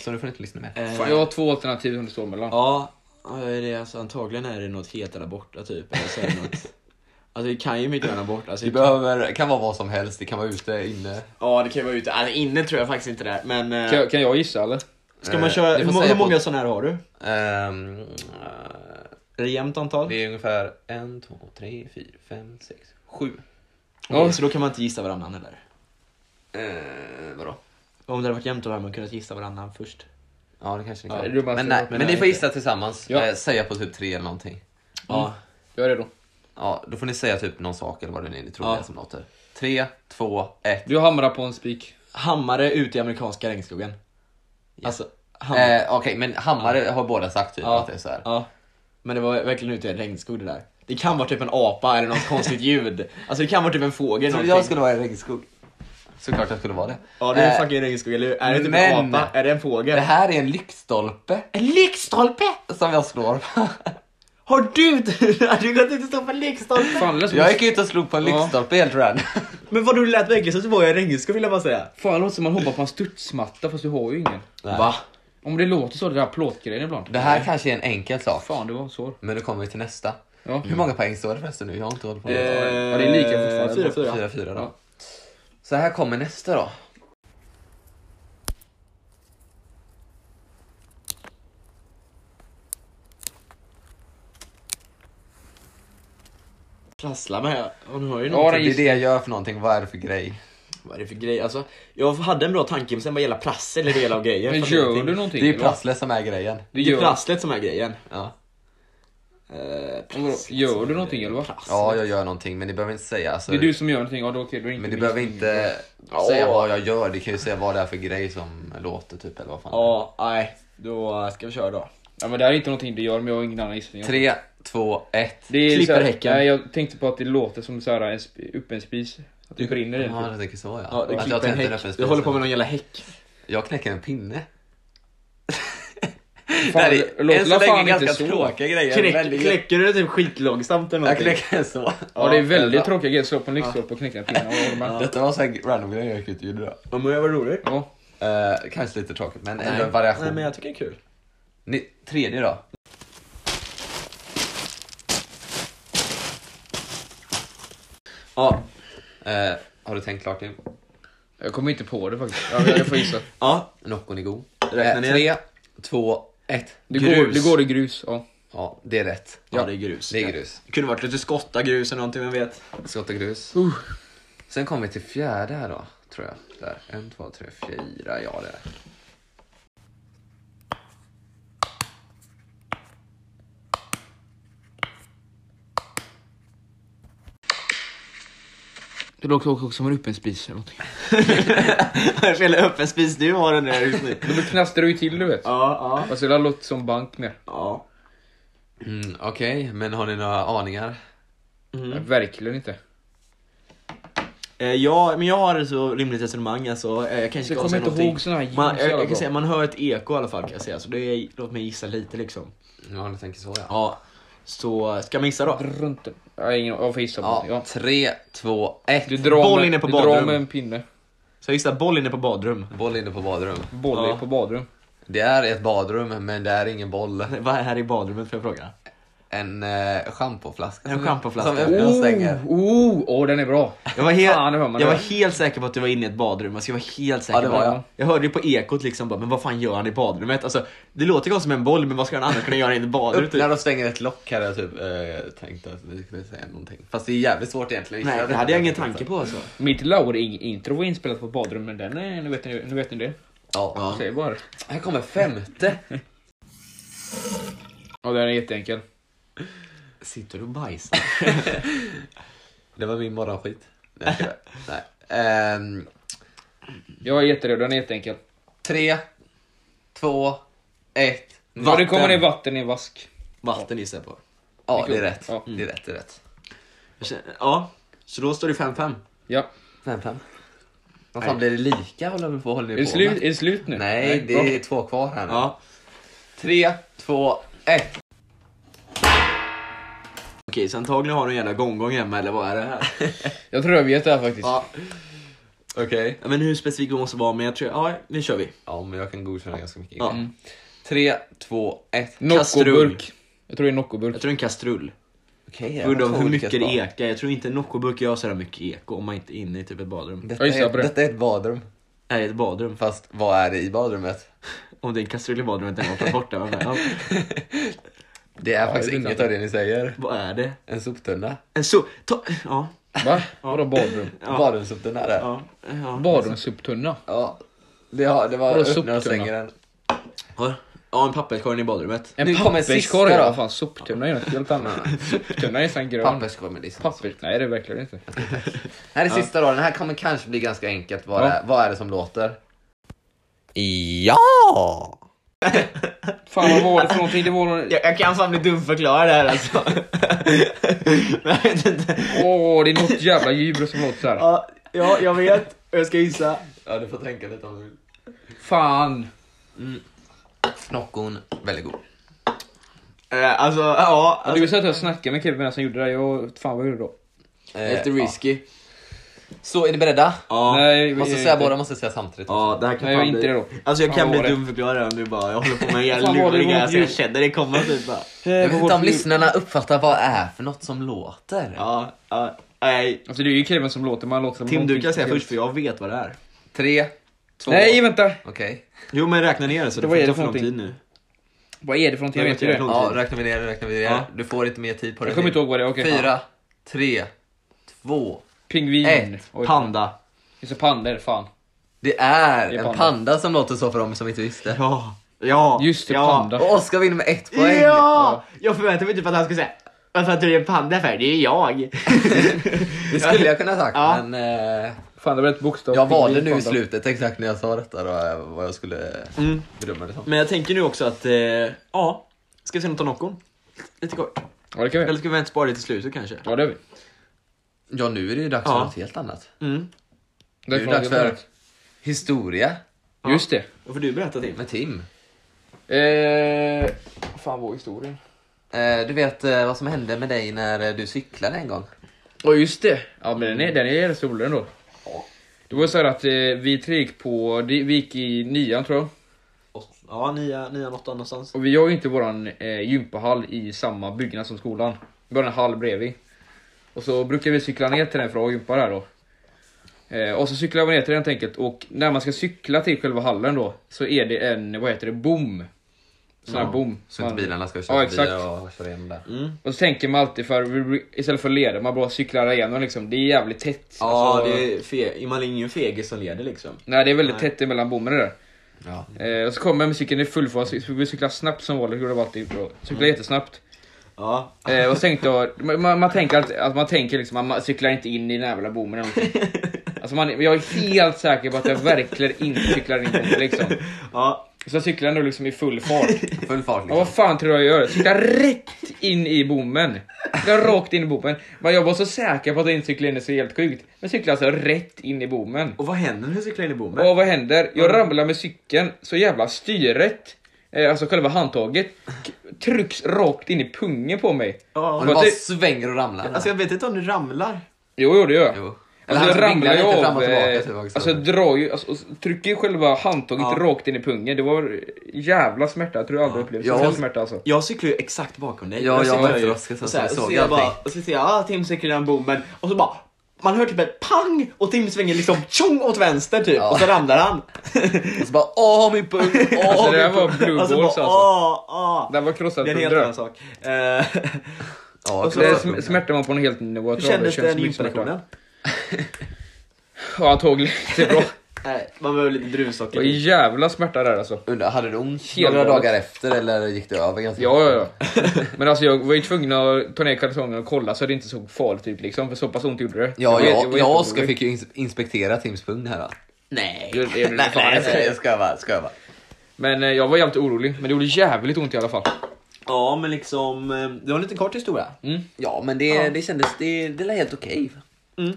S2: Så nu får ni inte lyssna mer.
S3: Eh,
S1: Fan, jag har två alternativ som det står mellan.
S3: Ja, ja, det är det, alltså, antagligen är det något helt eller borta typ. Eller så är det något... Alltså det kan ju mycket gärna bort. Alltså,
S2: Det behöver, kan vara vad som helst, det kan vara ute, inne.
S3: Ja, det kan ju vara ute. Alltså, inne tror jag faktiskt inte det är. Men eh,
S1: Kan, jag- kan jag gissa eller?
S3: ska man
S2: Eh,
S3: köra...
S2: det
S3: Hur,
S2: får
S3: må-
S2: säga
S3: hur
S2: på-
S3: många sådana här har du?
S2: Ehm, eh,
S3: Är det jämnt antal?
S2: det är ungefär en, två, tre, fyra, fem, sex, sju.
S3: Okej,
S1: Ja.
S3: Så då kan man inte gissa varannan eller?
S2: Eh, vadå?
S3: Om det hade varit jämnt då hade man kunnat gissa varannan först.
S2: Mm. Ja, det kanske ni
S1: Ja,
S2: kan.
S1: det är dumma
S2: men,
S1: frågor.
S2: nej, men
S1: Men
S2: ni
S1: nej,
S2: får gissa tillsammans.
S1: Ja.
S2: Eh, säga på typ tre eller någonting.
S3: Ja.
S1: Jag är redo.
S2: Ja, då får ni säga typ någon sak eller vad det är ni tror
S3: Ja.
S2: det är som låter. Tre, två, ett.
S1: Du hamrar på en spik.
S3: Hammare ute i amerikanska regnskogen. Alltså, hammare.
S2: Eh, Okej, men hammare har båda sagt typ
S3: Ja.
S2: att det är så här.
S3: Ja. Men det var verkligen ute i en regnskog det där. Det kan vara typ en apa eller något konstigt ljud. Alltså det kan vara typ en fågel.
S2: Tror du
S3: någonting.
S2: jag skulle vara i regnskog? Såklart jag skulle vara det.
S3: Ja det är
S2: Eh,
S3: en fucking regnskog, eller hur? Är det typ
S2: men-
S3: en apa? Är det en fågel?
S2: Det här är en lyktstolpe
S3: En lyktstolpe!
S2: som jag slår på.
S3: Har du, har du gått ut och stått på en lyktstolpe?
S1: Fan, det lät som,
S2: Jag gick ut och slog på en
S1: Ja.
S2: lyktstolpe helt random.
S3: Men vad du lät verkligen som att du var i en regnskog vill jag bara säga.
S1: fan, det låter som man hoppar på en studsmatta fast du har ju ingen.
S2: Va?
S1: Om det låter så, det där plåtgrejen ibland.
S2: Det här kanske är en enkel sak.
S1: Fan, det var svår.
S2: Men nu kommer vi till nästa.
S1: Ja.
S2: Hur många poäng står det förresten nu? Jag har inte hållit på med det.
S1: Ja, det är lika fortfarande.
S3: Eh, Fyra, fyra.
S2: Fyra, fyra då.
S1: Ja.
S2: Så här kommer nästa då.
S3: Trassla med. Och nu har ju
S2: Ja,
S3: någonting.
S2: det är det jag gör för någonting. Vad är det för grej?
S3: Vad är det för grej? Alltså, jag hade en bra tanke men sen var det hela prassel eller del av grejen.
S1: Men
S3: Fan,
S1: gör
S3: ingenting.
S1: du någonting?
S2: Det är
S1: eller?
S2: prasslet som är grejen.
S1: Du
S3: Det är
S1: gör,
S3: prasslet som är grejen.
S2: Ja.
S3: Eh,
S1: vadå,
S3: prasslet
S1: gör
S3: som
S1: du
S3: är
S1: någonting
S3: grejen.
S1: eller vad?
S3: Prasslet.
S2: ja, jag gör någonting men ni behöver inte säga. Alltså,
S1: Det är du som gör någonting, ja då okej, då är det inte
S2: men du
S1: min
S2: behöver
S1: stil.
S2: inte säga vad jag gör. Du kan ju säga vad det är för grej som låter typ eller vad fan.
S3: Ja, nej. Då ska vi köra då.
S1: Ja men det här är inte någonting du gör, men jag har ingen annan gissning.
S2: Tre,
S5: två, ett.
S1: Det är
S5: Klipper
S1: såhär-
S5: häcken.
S1: Nej, jag tänkte på att det låter som såhär, en sp- upp en spis. Att det brinner i den. typ.
S2: Ja, det tänker så ja.
S5: Ja, det
S2: Att
S5: klipper
S2: jag
S5: en
S2: tänkte den
S5: häck.
S2: för
S5: Jag håller på
S2: spisen.
S5: med någon jävla häck.
S2: Jag knäcker en pinne.
S1: Fan,
S2: Nej,
S1: det låter
S2: än så
S1: la
S2: länge
S1: fan inte
S2: ganska
S1: så.
S2: tråkiga grejer. men det
S3: Knäck,
S2: är-
S3: knäcker du det typ skitlångsamt eller
S2: Jag
S3: någonting?
S2: knäcker den så.
S1: Ja, det är väldigt
S2: jävlar.
S1: tråkiga grejer. Slå på en lyktstolpe och knäcka en pinne. Ja, jag håller med.
S2: Detta var såhär random grejer jag inte gjorde då.
S3: Ja, men jag var rolig.
S1: Ja.
S2: Eh, kanske lite tråkigt men ändå en variation.
S3: Nej, men jag tycker det är kul.
S2: Ni, tredje då? Ja. Eh, har du tänkt klart nu?
S1: Jag kommer inte på det faktiskt. Ja, jag får gissa.
S3: Ja,
S2: Noccon är god. Eh,
S3: Räkna ner.
S2: tre, två, ett.
S1: Det
S3: Grus.
S1: går, det går i grus. Ja.
S2: Ja, det är rätt.
S3: ja det är grus.
S2: Det är grus.
S3: Det kunde varit lite skottagrus eller någonting, vem vet?
S2: Skotta grus.
S3: Uh.
S2: Sen kommer vi till fjärde här då, tror jag. Där. En, två, tre, fyra. Ja, det är det.
S1: Det låter också som en öppen spis eller någonting.
S3: Fel öppen spis du har den där just nu.
S1: Då knastrar du ju till du vet.
S3: Ja, ja.
S1: Alltså det låter som bank mer.
S3: ja.
S2: Mm, Okej, men har ni några aningar?
S3: Mm.
S1: Ja, verkligen inte.
S3: Eh, ja, men jag har ett så rimligt resonemang alltså. Eh, jag kanske
S1: Jag kommer
S3: ska avslöja
S1: inte
S3: någonting.
S1: ihåg såna här ljud
S3: man,
S1: så
S3: jag,
S1: jävla
S3: jag kan
S1: bra.
S3: säga, man hör ett eko i alla fall kan jag säga. Så det är, låt mig gissa lite liksom.
S2: Ja, ni tänker så ja.
S3: Ja. Så, ska man gissa då?
S1: Runt den. Jag, ingen, jag får gissa på
S2: Ja,
S1: någonting. ja.
S2: tre, två, ett.
S1: Du drar,
S3: Boll
S1: med,
S3: inne på
S1: du
S3: badrum.
S1: drar med en pinne.
S3: Så jag gissar boll inne på badrum.
S2: Boll inne på badrum.
S1: Boll
S3: Ja.
S1: på badrum.
S2: Det är ett badrum, men det är ingen boll.
S3: Vad är här i badrummet får jag fråga?
S2: En eh, schampoflaska.
S3: En schampoflaska.
S2: Som öppnar och stänger.
S1: oh, oh, den är bra.
S3: Jag var, helt,
S1: Fan, nu hör man
S3: jag
S1: det.
S3: var helt säker på att du var inne i ett badrum, alltså jag var helt säker
S2: Ja, det var
S3: på
S2: jag.
S3: Jag hörde ju på ekot liksom bara, men vad fan gör han i badrummet? Alltså, det låter ju som en boll, men vad ska han annars kunna göra inne i typ? badrummet?
S2: Öppnar och stänger ett lock hade jag typ eh, tänkt att vi skulle säga någonting. Fast det är jävligt svårt egentligen.
S3: Nej, det hade jag ingen tanke på alltså.
S1: Mitt Lauring-intro var inspelat på badrum, men den är, nu, vet ni, nu vet ni det.
S2: Ja.
S1: Säg bara.
S2: Här kommer femte.
S1: Ja, den är jätteenkel.
S3: Sitter du och bajsar?
S2: Det var min morgonskit. Nej, jag skojar. Nej. Ehm,
S1: Jag är jätteredo, den är jätteenkel.
S2: tre, två, ett.
S1: Ja, det kommer ner vatten i en vask.
S3: Vatten gissar jag på.
S2: Ja, det är rätt.
S1: Ja.
S2: Det är rätt, det är rätt.
S3: Jag känner- Ja, så då står det 5-5.
S1: Ja.
S2: Fem, fem. Vad fan blir det lika håller vi på, håller
S1: Är
S2: vi
S1: det,
S2: på
S1: slut, är
S2: med?
S1: det slut nu?
S2: Nej, det
S1: bra.
S2: är två kvar här nu.
S3: Ja.
S2: Tre, två, ett.
S3: Okej, så antagligen har du en jävla gongong hemma eller vad är det här?
S1: Jag tror jag vet det här faktiskt.
S3: Ja.
S2: Okej.
S3: Ja, Men hur specifik man måste vara, men jag tror, ja nu kör vi.
S2: Ja, men jag kan godkänna ganska mycket.
S3: Ja.
S2: Tre, två, ett.
S3: Kastrull.
S1: Noccoburk. Jag tror det är Noccoburk.
S3: Jag tror en kastrull.
S2: Okej, jag
S3: Jag undrar
S2: har två
S3: hur
S2: olika
S3: mycket det
S2: svar.
S3: ekar. Jag tror inte Noccoburk gör sådär mycket eko om man inte är inne i typ ett badrum.
S2: Detta
S1: Jag gissar
S2: är,
S1: på det.
S2: detta är ett badrum.
S3: Nej, ett badrum.
S2: Fast vad är det i badrummet?
S3: Om det är en kastrull i badrummet, den var för bort där. men, Ja,
S2: Det är faktiskt
S1: det är
S2: inget
S1: sant.
S2: av det ni säger.
S3: vad är det?
S2: En soptunna.
S3: En so... Ta... Ja.
S1: Va? Vadå badrum?
S3: Ja.
S2: Badrumssoptunna är det. Ja.
S3: Ja. Ja.
S1: Badrumssoptunna?
S2: Det, har, det var
S1: Vadå
S2: öppna
S1: soptunna?
S2: och stänger den.
S3: Ja. Ja, en papperskorg i badrummet.
S1: En
S2: Nu kommer sista
S1: papperskorg?
S2: då.
S1: Vad fan, soptunna är något helt annat. Soptunna är nästan grön.
S2: Papperskorg med liksom.
S1: Papper. Nej, det är verkligen inte.
S2: Här är sista då. Den här kommer kanske bli ganska enkelt. Vad,
S1: Ja.
S2: är, vad är det som låter? Ja!
S1: Fan, vad var det för någonting? Det var någon...
S3: Jag, jag kan fan bli dumförklarad här alltså. Men jag vet inte.
S1: Åh, det är något jävla djur som låter såhär.
S3: Ja, ja, jag vet. Jag ska gissa.
S2: Ja, du får tänka lite om du vill.
S1: Fan!
S2: Snockon, väldigt god.
S3: Eh, Alltså, ja.
S1: Har du
S3: Alltså,
S1: sett att jag snackade med Kevin medan han gjorde det där? Jag, fan vad jag gjorde då?
S2: Eh,
S3: lite risky.
S2: ja. Så, är ni beredda?
S3: Ja.
S1: Nej,
S2: Måste
S1: jag-
S2: säga båda, måste säga samtidigt.
S3: Ja, det här kan
S1: Nej, jag är
S3: fan
S1: inte
S3: bli-
S1: det då.
S3: Alltså jag
S1: Fan,
S3: kan
S1: vad
S3: bli
S1: var det?
S3: dumförklarad om du bara, jag håller på med en jävla
S1: Fan, vad var det
S3: luring här
S1: mot
S3: så jag
S1: ljud?
S3: känner det komma typ bara.
S2: Jag vet inte om lyssnarna uppfattar vad det är för något som låter.
S3: Ja, ja. Nej,
S1: Alltså det är ju Kevin som låter, man låter som
S3: Tim du
S1: någonting
S3: kan säga
S1: speciellt.
S3: först för jag vet vad det är.
S2: Tre, två...
S1: Nej vänta!
S2: Okej.
S3: Jo men räkna ner det så det
S1: Vad
S3: får
S1: är
S3: ta
S1: det
S3: för
S1: för
S3: lång tid
S1: någonting?
S3: nu.
S1: Vad är det för någonting? Jag
S3: Det
S1: vet ju
S3: var
S1: det.
S3: jävla
S2: Ja, räkna vi ner, räkna vi ner.
S3: Ja.
S2: Du får inte mer tid på dig.
S1: Jag kommer inte ihåg vad det är, okej.
S2: Fyra, tre, två.
S1: Pingvin.
S2: Ett.
S1: Oj,
S3: Panda.
S1: Just det, pandor, fan.
S2: Det är,
S1: Det är
S2: en
S1: panda.
S2: panda som låter så för dem som inte visste.
S3: Ja, ja,
S1: Just det,
S3: ja.
S1: panda.
S2: Och Oskar vinner med ett poäng.
S3: Ja! Jag förväntade mig typ att han skulle säga varför att du är en panda för? Det är jag.
S2: Det skulle jag kunna ha sagt,
S3: Ja.
S2: men eh,
S1: Fan det var ett bokstav.
S2: jag valde
S1: Pingvin,
S2: nu i
S1: panda.
S2: slutet exakt när jag sa detta då, eh, vad jag skulle
S3: Mm.
S2: bedöma det som.
S3: Men jag tänker nu också att, eh, ja, ska vi se något om Noccon? Lite kort.
S1: Ja, det kan vi
S3: Eller
S1: göra.
S3: ska vi vänta spara det till slutet kanske?
S1: Ja, det gör vi.
S2: Ja, nu är det ju dags för
S3: Ja.
S2: något helt annat.
S3: Mm.
S1: Det
S2: är dags för- Historia
S1: Just det.
S3: Då får du berätta Tim.
S2: med Tim.
S1: Eh, fan var historien?
S2: Eh, Du vet eh, vad som hände med dig när eh, du cyklade en gång?
S1: Ja just det, ja men den är, den är jävligt rolig ändå. Det var så här att eh, vi tre gick på, det- vi gick i nian tror jag.
S3: Ja, nia, nian, åttan någonstans.
S1: Och vi har ju inte våran eh, gympahall i samma byggnad som skolan. Vi har en hall bredvid. Och så brukar vi cykla ner till den för att ha gympa där då. Eh, och så cyklar vi ner till den helt enkelt och när man ska cykla till själva hallen då så är det en, vad heter det, bom. Sån här bom.
S2: Så inte
S1: Man-
S2: bilarna ska
S1: Ja,
S2: köra
S1: exakt.
S2: förbi och köra igenom där.
S1: Och så tänker man alltid för, istället för att leda, man bara cyklar igenom liksom. Det är jävligt tätt. alltså.
S3: Ja, det är fe- man är ingen fegis som leder liksom.
S1: Nej, det är väldigt tätt emellan bommarna där.
S2: Ja.
S1: Eh, och så kommer jag med cykeln i full fart, så vi cyklar snabbt som vanligt, gjorde vi alltid. bra. Cyklar
S3: Mm.
S1: jättesnabbt.
S3: Ja.
S1: Eh, och så tänkte jag, man, man, man tänker att, att man tänker liksom, att man cyklar inte in i den här jävla bommen eller någonting. Alltså man, jag är helt säker på att jag verkligen inte cyklar in i bommen liksom.
S3: Ja.
S1: Så jag cyklar ändå liksom i full fart.
S2: Full fart
S1: Ja,
S2: liksom.
S1: vad fan tror du jag gör? Cyklar rätt in i bommen. Cyklar rakt in i bommen. Men jag var så säker på att jag inte cyklade in, det är så helt sjukt. Men cyklar alltså rätt in i bommen.
S3: Och vad händer när du cyklar in i bommen?
S1: Och vad händer? Jag ramlar med cykeln, så jävla styret, eh, alltså själva handtaget, k- trycks rakt in i pungen på mig.
S3: Ja.
S2: Och du bara
S1: Alltså, det-
S2: svänger och ramlar.
S3: Alltså jag vet inte om du ramlar.
S1: Jo, jo det gör jag.
S2: Jo.
S1: Alltså,
S2: han
S1: jag ramlar ju
S2: vinglar lite fram
S1: av,
S2: och tillbaka
S1: eh,
S2: typ också.
S1: alltså jag drar ju, alltså, och s- trycker ju själva handtaget
S3: Ja.
S1: rakt in i pungen. Det var jävla smärta, jag tror jag aldrig upplevt så
S2: Ja.
S1: sån smärta alltså.
S3: Jag cyklar ju exakt bakom dig.
S2: Ja, jag
S3: cyklar
S2: var
S3: ju-
S2: överraskad så
S3: och så här,
S2: jag
S3: och så
S2: såg
S3: ser jag
S2: allting.
S3: bara, och så ser jag, ah, Tim cyklar den bommen. Och så bara, man hör typ ett pang och Tim svänger liksom tjong åt vänster typ.
S2: Ja.
S3: Och så ramlar han.
S2: Och så bara åh min pung, åh
S1: Alltså, det
S2: min
S1: där var
S2: pung."
S1: blue
S3: Alltså,
S1: balls
S3: bara,
S1: alltså.
S3: ah, ah.
S1: Det här var krossad
S3: Det är en helt annan
S1: pundra.
S3: sak. Eh,
S2: Ja,
S3: och så-
S2: klart.
S1: Det sm- smärtar man på en helt ny nivå.
S3: Hur
S1: jag tror aldrig
S3: kändes
S1: känt så
S3: den
S1: mycket smärta.
S3: gympalektionen?
S1: Ja, antagligen inte bra.
S3: Nej, Eh, man behöver lite
S1: Det var
S3: druvsocker.
S1: jävla smärta där alltså.
S2: Undrar, hade du ont
S1: Helt
S2: några
S1: galet.
S2: dagar efter eller gick det över ganska
S1: Ja, ja, ja. Men alltså jag var ju tvungen att ta ner kalsongerna och kolla så det inte såg farligt ut liksom, för så pass ont gjorde det.
S2: Ja,
S1: var-
S2: jag,
S1: var
S2: jag och
S1: jätteorolig.
S2: Oskar fick ju ins- inspektera Tims pung här. va?
S3: Nej.
S1: Det- det gjorde det
S2: Nej,
S1: fan
S2: nej,
S1: inte.
S2: nej, jag skojar bara, jag skojar bara.
S1: Men eh, jag var jävligt orolig, men det gjorde jävligt ont i alla fall.
S3: Ja, men liksom, eh, det var en liten kort historia.
S1: Mm.
S2: Ja, men det, det kändes, det, det lät helt okej.
S3: Mm.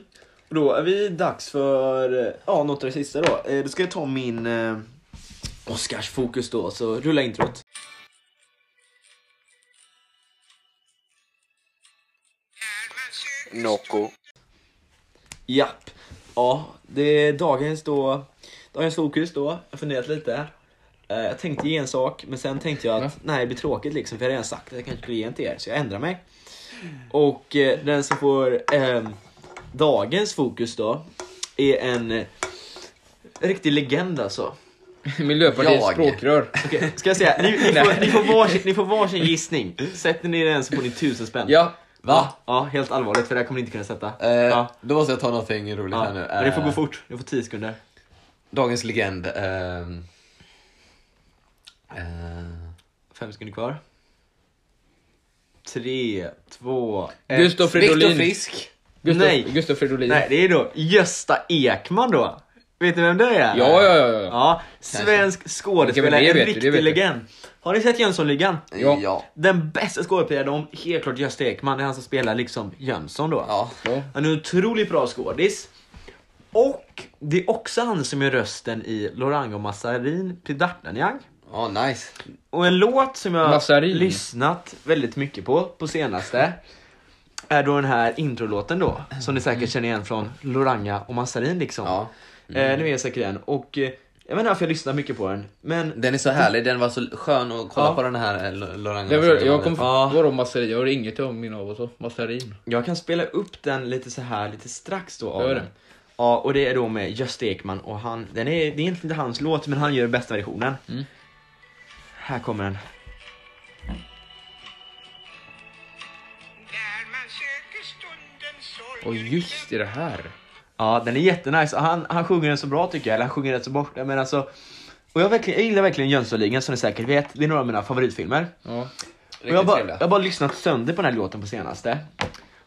S3: Och då är vi dags för eh, ja, något av det sista då. Eh, Då ska jag ta min eh, Oscarsfokus då, så rulla introt. Japp. Ja, det är dagens då, dagens fokus då. Jag har funderat lite. Eh, Jag tänkte ge en sak, men sen tänkte jag att nej, det blir tråkigt liksom, för jag har redan sagt att jag kanske skulle ge en till er, så jag ändrar mig. Och eh, den som får ehm, dagens fokus då är en eh, riktig legend alltså.
S1: Miljöpartiets
S2: Jag.
S1: språkrör.
S3: Okej, ska jag säga? Ni, ni, får, ni, får varsin, ni får varsin gissning. Sätter ni den så får ni tusen spänn.
S1: Ja,
S2: Va?
S3: Ja, helt allvarligt för det här kommer ni inte kunna sätta.
S2: Eh,
S3: ja,
S2: Då måste jag ta någonting roligt
S3: ja.
S2: här nu.
S3: Men det får
S2: Eh,
S3: gå fort, ni får 10 sekunder.
S2: Dagens legend. ehm, eh,
S3: Fem sekunder kvar. Tre, två, ett.
S1: Gustav
S2: Viktor
S1: Fridolin.
S2: Frisk.
S1: Gustav,
S3: Nej.
S1: Gustav Fridolin.
S3: Nej, det är då Gösta Ekman då. Vet ni vem det är?
S1: Ja, ja, ja, ja.
S3: Ja, svensk
S1: Vilka
S3: skådespelare,
S1: väl det vet du,
S3: en
S1: det
S3: riktig
S1: vet du.
S3: legend. Har ni sett Jönssonligan?
S1: Ja.
S2: ja.
S3: Den bästa skådespelaren om, helt klart Gösta Ekman, det är han som spelar liksom Jönsson då.
S2: ja.
S1: Ja.
S3: Han är en otroligt bra skådis. Och det är också han som är rösten i Lorango Massarin till D'Artagnan.
S2: Ja, nice.
S3: Och en låt som jag
S1: Massarin.
S3: lyssnat väldigt mycket på, på senaste, är då den här introlåten då, som ni säkert känner igen från Loranga och Massarin liksom.
S2: Ja.
S3: Eh, ni vet säkert den. Och eh, jag vet inte varför jag lyssnar mycket på den, men
S2: Den är så härlig, den var så skön att kolla
S3: Ja.
S2: på den här eh, Lo- Lorang.
S1: Det var, jag kom
S3: Ja.
S1: Vadå Massarin? Jag hörde inget om min av och så. Massarin.
S3: jag kan spela upp den lite så här lite strax då av
S1: Gör
S3: den.
S1: det.
S3: Ja, och det är då med Gösta Ekman och han, den är, det är egentligen inte hans låt men han gör bästa versionen.
S1: Mm.
S3: Här kommer den.
S4: När man söker stundens sorg
S1: Och just det här.
S3: Ja, den är jättenice. Och Han, han sjunger den så bra tycker jag. Eller han sjunger den så bort. Men alltså, och jag, verkligen, jag gillar verkligen Jönssonligan som ni säkert vet. Det är några av mina favoritfilmer.
S1: Ja.
S3: Och jag, bara, jag har bara lyssnat sönder på den här låten på senaste.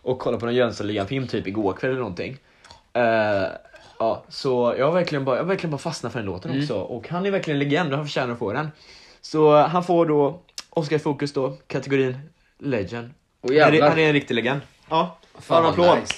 S3: Och kollat på någon Jönssonligan-film typ igår kväll eller någonting. Eh, ja, så jag har verkligen bara, jag har verkligen bara fastnat för den låten
S1: Mm.
S3: också. Och han är verkligen en legend och han eh, förtjänar att få den. Så han får då Oscar Fokus då, kategorin Legend
S1: Och
S3: Han är, han
S1: jävlar.
S3: är en riktig legend. Ja,
S1: Fan,
S3: fan
S1: vad
S3: applåd.
S1: nice.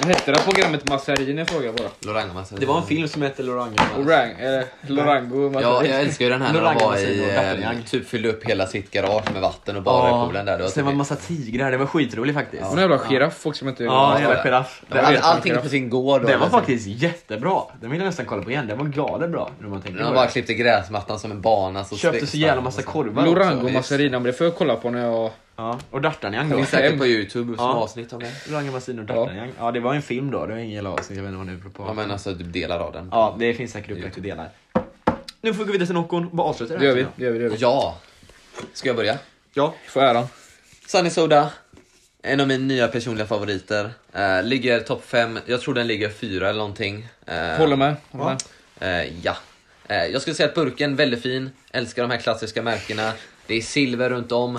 S1: Vad hette det här programmet Massarin? Jag frågar bara.
S2: Loranga
S3: Det var en film som hette Loranga.
S1: Orang, eller Lorango
S2: Ja,
S1: Massarin.
S2: jag älskar ju den här när de
S3: Loranga
S2: var
S3: Massarin
S2: i,
S3: och
S2: eh,
S3: Vattenjang.
S2: typ fyllde upp hela sitt garage med vatten och badade i poolen där. Det var
S3: Sen var
S2: typ-
S3: en massa tigrar, det var skitroligt faktiskt.
S1: Hon är en jävla giraff också som inte...
S3: Ja, en jävla giraff.
S2: Ja,
S3: Den,
S1: det-
S2: allting på sin gård. liksom- och-
S3: den var faktiskt jättebra. Den vill jag nästan kolla på igen. Den var galet bra. När man tänker
S2: De
S3: på
S2: bara
S3: det.
S2: klippte gräsmattan som en bana. Så liksom.
S3: Köpte så
S2: stickade
S3: jävla
S2: de
S3: massa
S2: och så.
S3: korvar
S1: Lorango
S3: också.
S1: Massarin, men det får jag kolla på när jag...
S3: Ja, och Dartanjang
S2: Det
S3: då.
S2: finns säkert på youtube som
S3: Ja.
S2: avsnitt av det.
S3: Lorange Massin och Dartanjang. Ja. det var en film då. Det var ingen avsnitt. Jag vet inte vad ni är på.
S2: Ja men alltså typ delar av den.
S3: ja, det finns säkert upplagt i delar. Nu får vi gå vidare till Noccon och bara avsluta
S1: Det gör vi,
S3: här.
S1: det gör vi, det gör vi.
S2: Ja! Ska jag börja?
S3: Ja.
S1: Får äran.
S2: Sunny Soda, en av mina nya personliga favoriter. Eh, ligger topp 5, jag tror den ligger fyra eller någonting. Eh,
S1: Håller med. Håller med.
S2: Eh, ja. Eh, jag skulle säga att burken, väldigt fin. Älskar de här klassiska märkena. Det är silver runt om.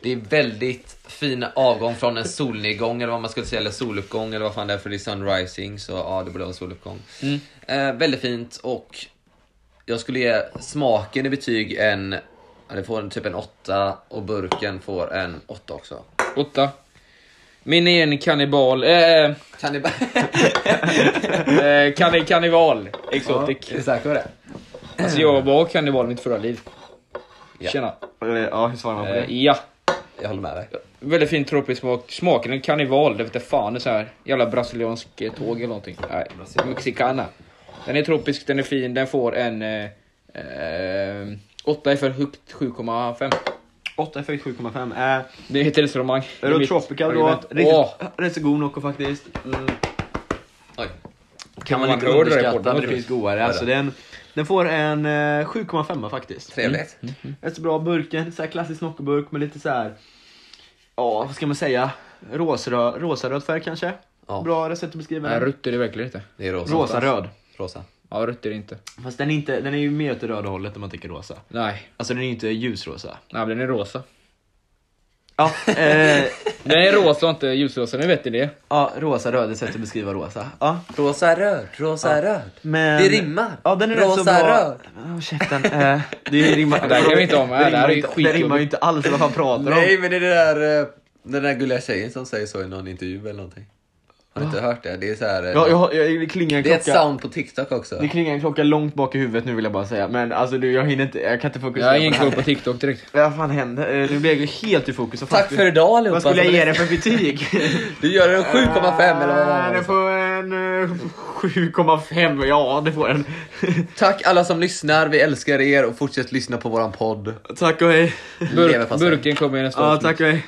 S2: Det är väldigt fin avgång från en solnedgång eller vad man skulle säga, eller soluppgång eller vad fan det är för det är sunrising så ja, det borde vara soluppgång. Eh, väldigt fint och jag skulle ge smaken i betyg en, ja, det får en typ en 8 och burken får en 8 också.
S1: Åtta. Min är en kannibal. Eh,
S2: Kan ni bara...
S1: eh, kanni, kannival. Exotic.
S2: Exakt vad det
S1: Alltså jag var kannibal i mitt förra liv.
S2: Ja.
S1: Tjena.
S3: Ja, hur svarar man på
S1: Eh,
S3: det?
S1: ja.
S2: Jag håller med dig.
S1: Väldigt fin tropisk smak. Smaken är karneval, det vete fan. Det är så här jävla brasiliansk eh, tåg eller någonting. Nej, mexicana. Den är tropisk, den är fin, den får en... Eh, eh, 8 är för högt, 7,5.
S3: 8 är faktiskt 7,5. Eh,
S1: Det är ett resonemang. Det är
S3: Euro
S1: mitt
S3: Tropical då.
S1: argument.
S3: Riktigt,
S1: Åh,
S3: rätt så god Nocco faktiskt. Mm.
S2: Oj.
S3: Kan man
S1: man
S3: inte
S1: rör det i
S3: underskatta
S1: podden,
S3: men det
S1: tror jag.
S3: finns godare. Alltså den, den får en eh, 7,5 faktiskt.
S2: Trevligt.
S3: Rätt så bra burken, så här klassisk Noccoburk med lite så här. Ja, vad ska man säga? Rosaröd, rosaröd färg kanske?
S2: Ja.
S3: Bra recept att beskriva
S1: Nej,
S3: den.
S1: rött är det verkligen inte.
S2: Det är rosa.
S3: Rosaröd.
S2: Rosa.
S1: Ja, rött är det inte.
S3: Fast den är, inte, den är ju mer åt det röda hållet om man tänker rosa.
S1: Nej,
S3: Alltså den är ju inte ljusrosa.
S1: Nej men den är rosa.
S3: Ja, eh,
S1: Den är rosa och inte ljusrosa, nu vet ni det.
S3: ja rosaröd är ett sätt att beskriva rosa. Ja,
S2: Rosa röd, rosa röd.
S3: men...
S2: Det rimmar.
S3: Ja, den är rätt så
S2: rosa
S3: bra.
S2: röd.
S3: Åh, käften. Eh, det rimmar,
S1: Det här kan vi inte ha med,
S3: Det
S1: det här är
S3: rimmar,
S1: ju
S3: inte, det
S1: skitjobbigt.
S3: rimmar ju inte alls vad fan pratar om.
S2: Nej, men det är det där, eh, den där gulliga tjejen som säger så i någon intervju eller någonting. Har du inte hört det? Det är så här, eh,
S3: Ah. Ja, jag, har- jag, det klingar en
S2: det är ett
S3: klocka.
S2: sound på TikTok också.
S3: Det klingar en klocka långt bak i huvudet nu vill jag bara säga. Men alltså du, jag hinner inte, jag kan inte
S1: Jag
S3: fokusera
S1: har
S3: på
S1: ingen
S3: det här.
S1: koll på TikTok direkt.
S3: Vad fan hände? Eh, Nu blev jag helt i fokus. Vad fan
S2: Tack
S3: skulle-
S2: för idag allihopa.
S3: Vad skulle jag
S2: som
S3: ge
S2: lyssnar.
S3: den för betyg?
S2: Du gör en 7,5 eller vad var
S3: Eh,
S2: det?
S3: Den får en eh, 7,5. Ja, det får den.
S2: Tack alla som lyssnar, vi älskar er och fortsätt lyssna på våran podd.
S3: Tack och hej.
S1: Burk,
S2: Leverpastej.
S1: burken kommer i nästa
S3: Ja,
S1: avsnitt.
S3: tack och hej.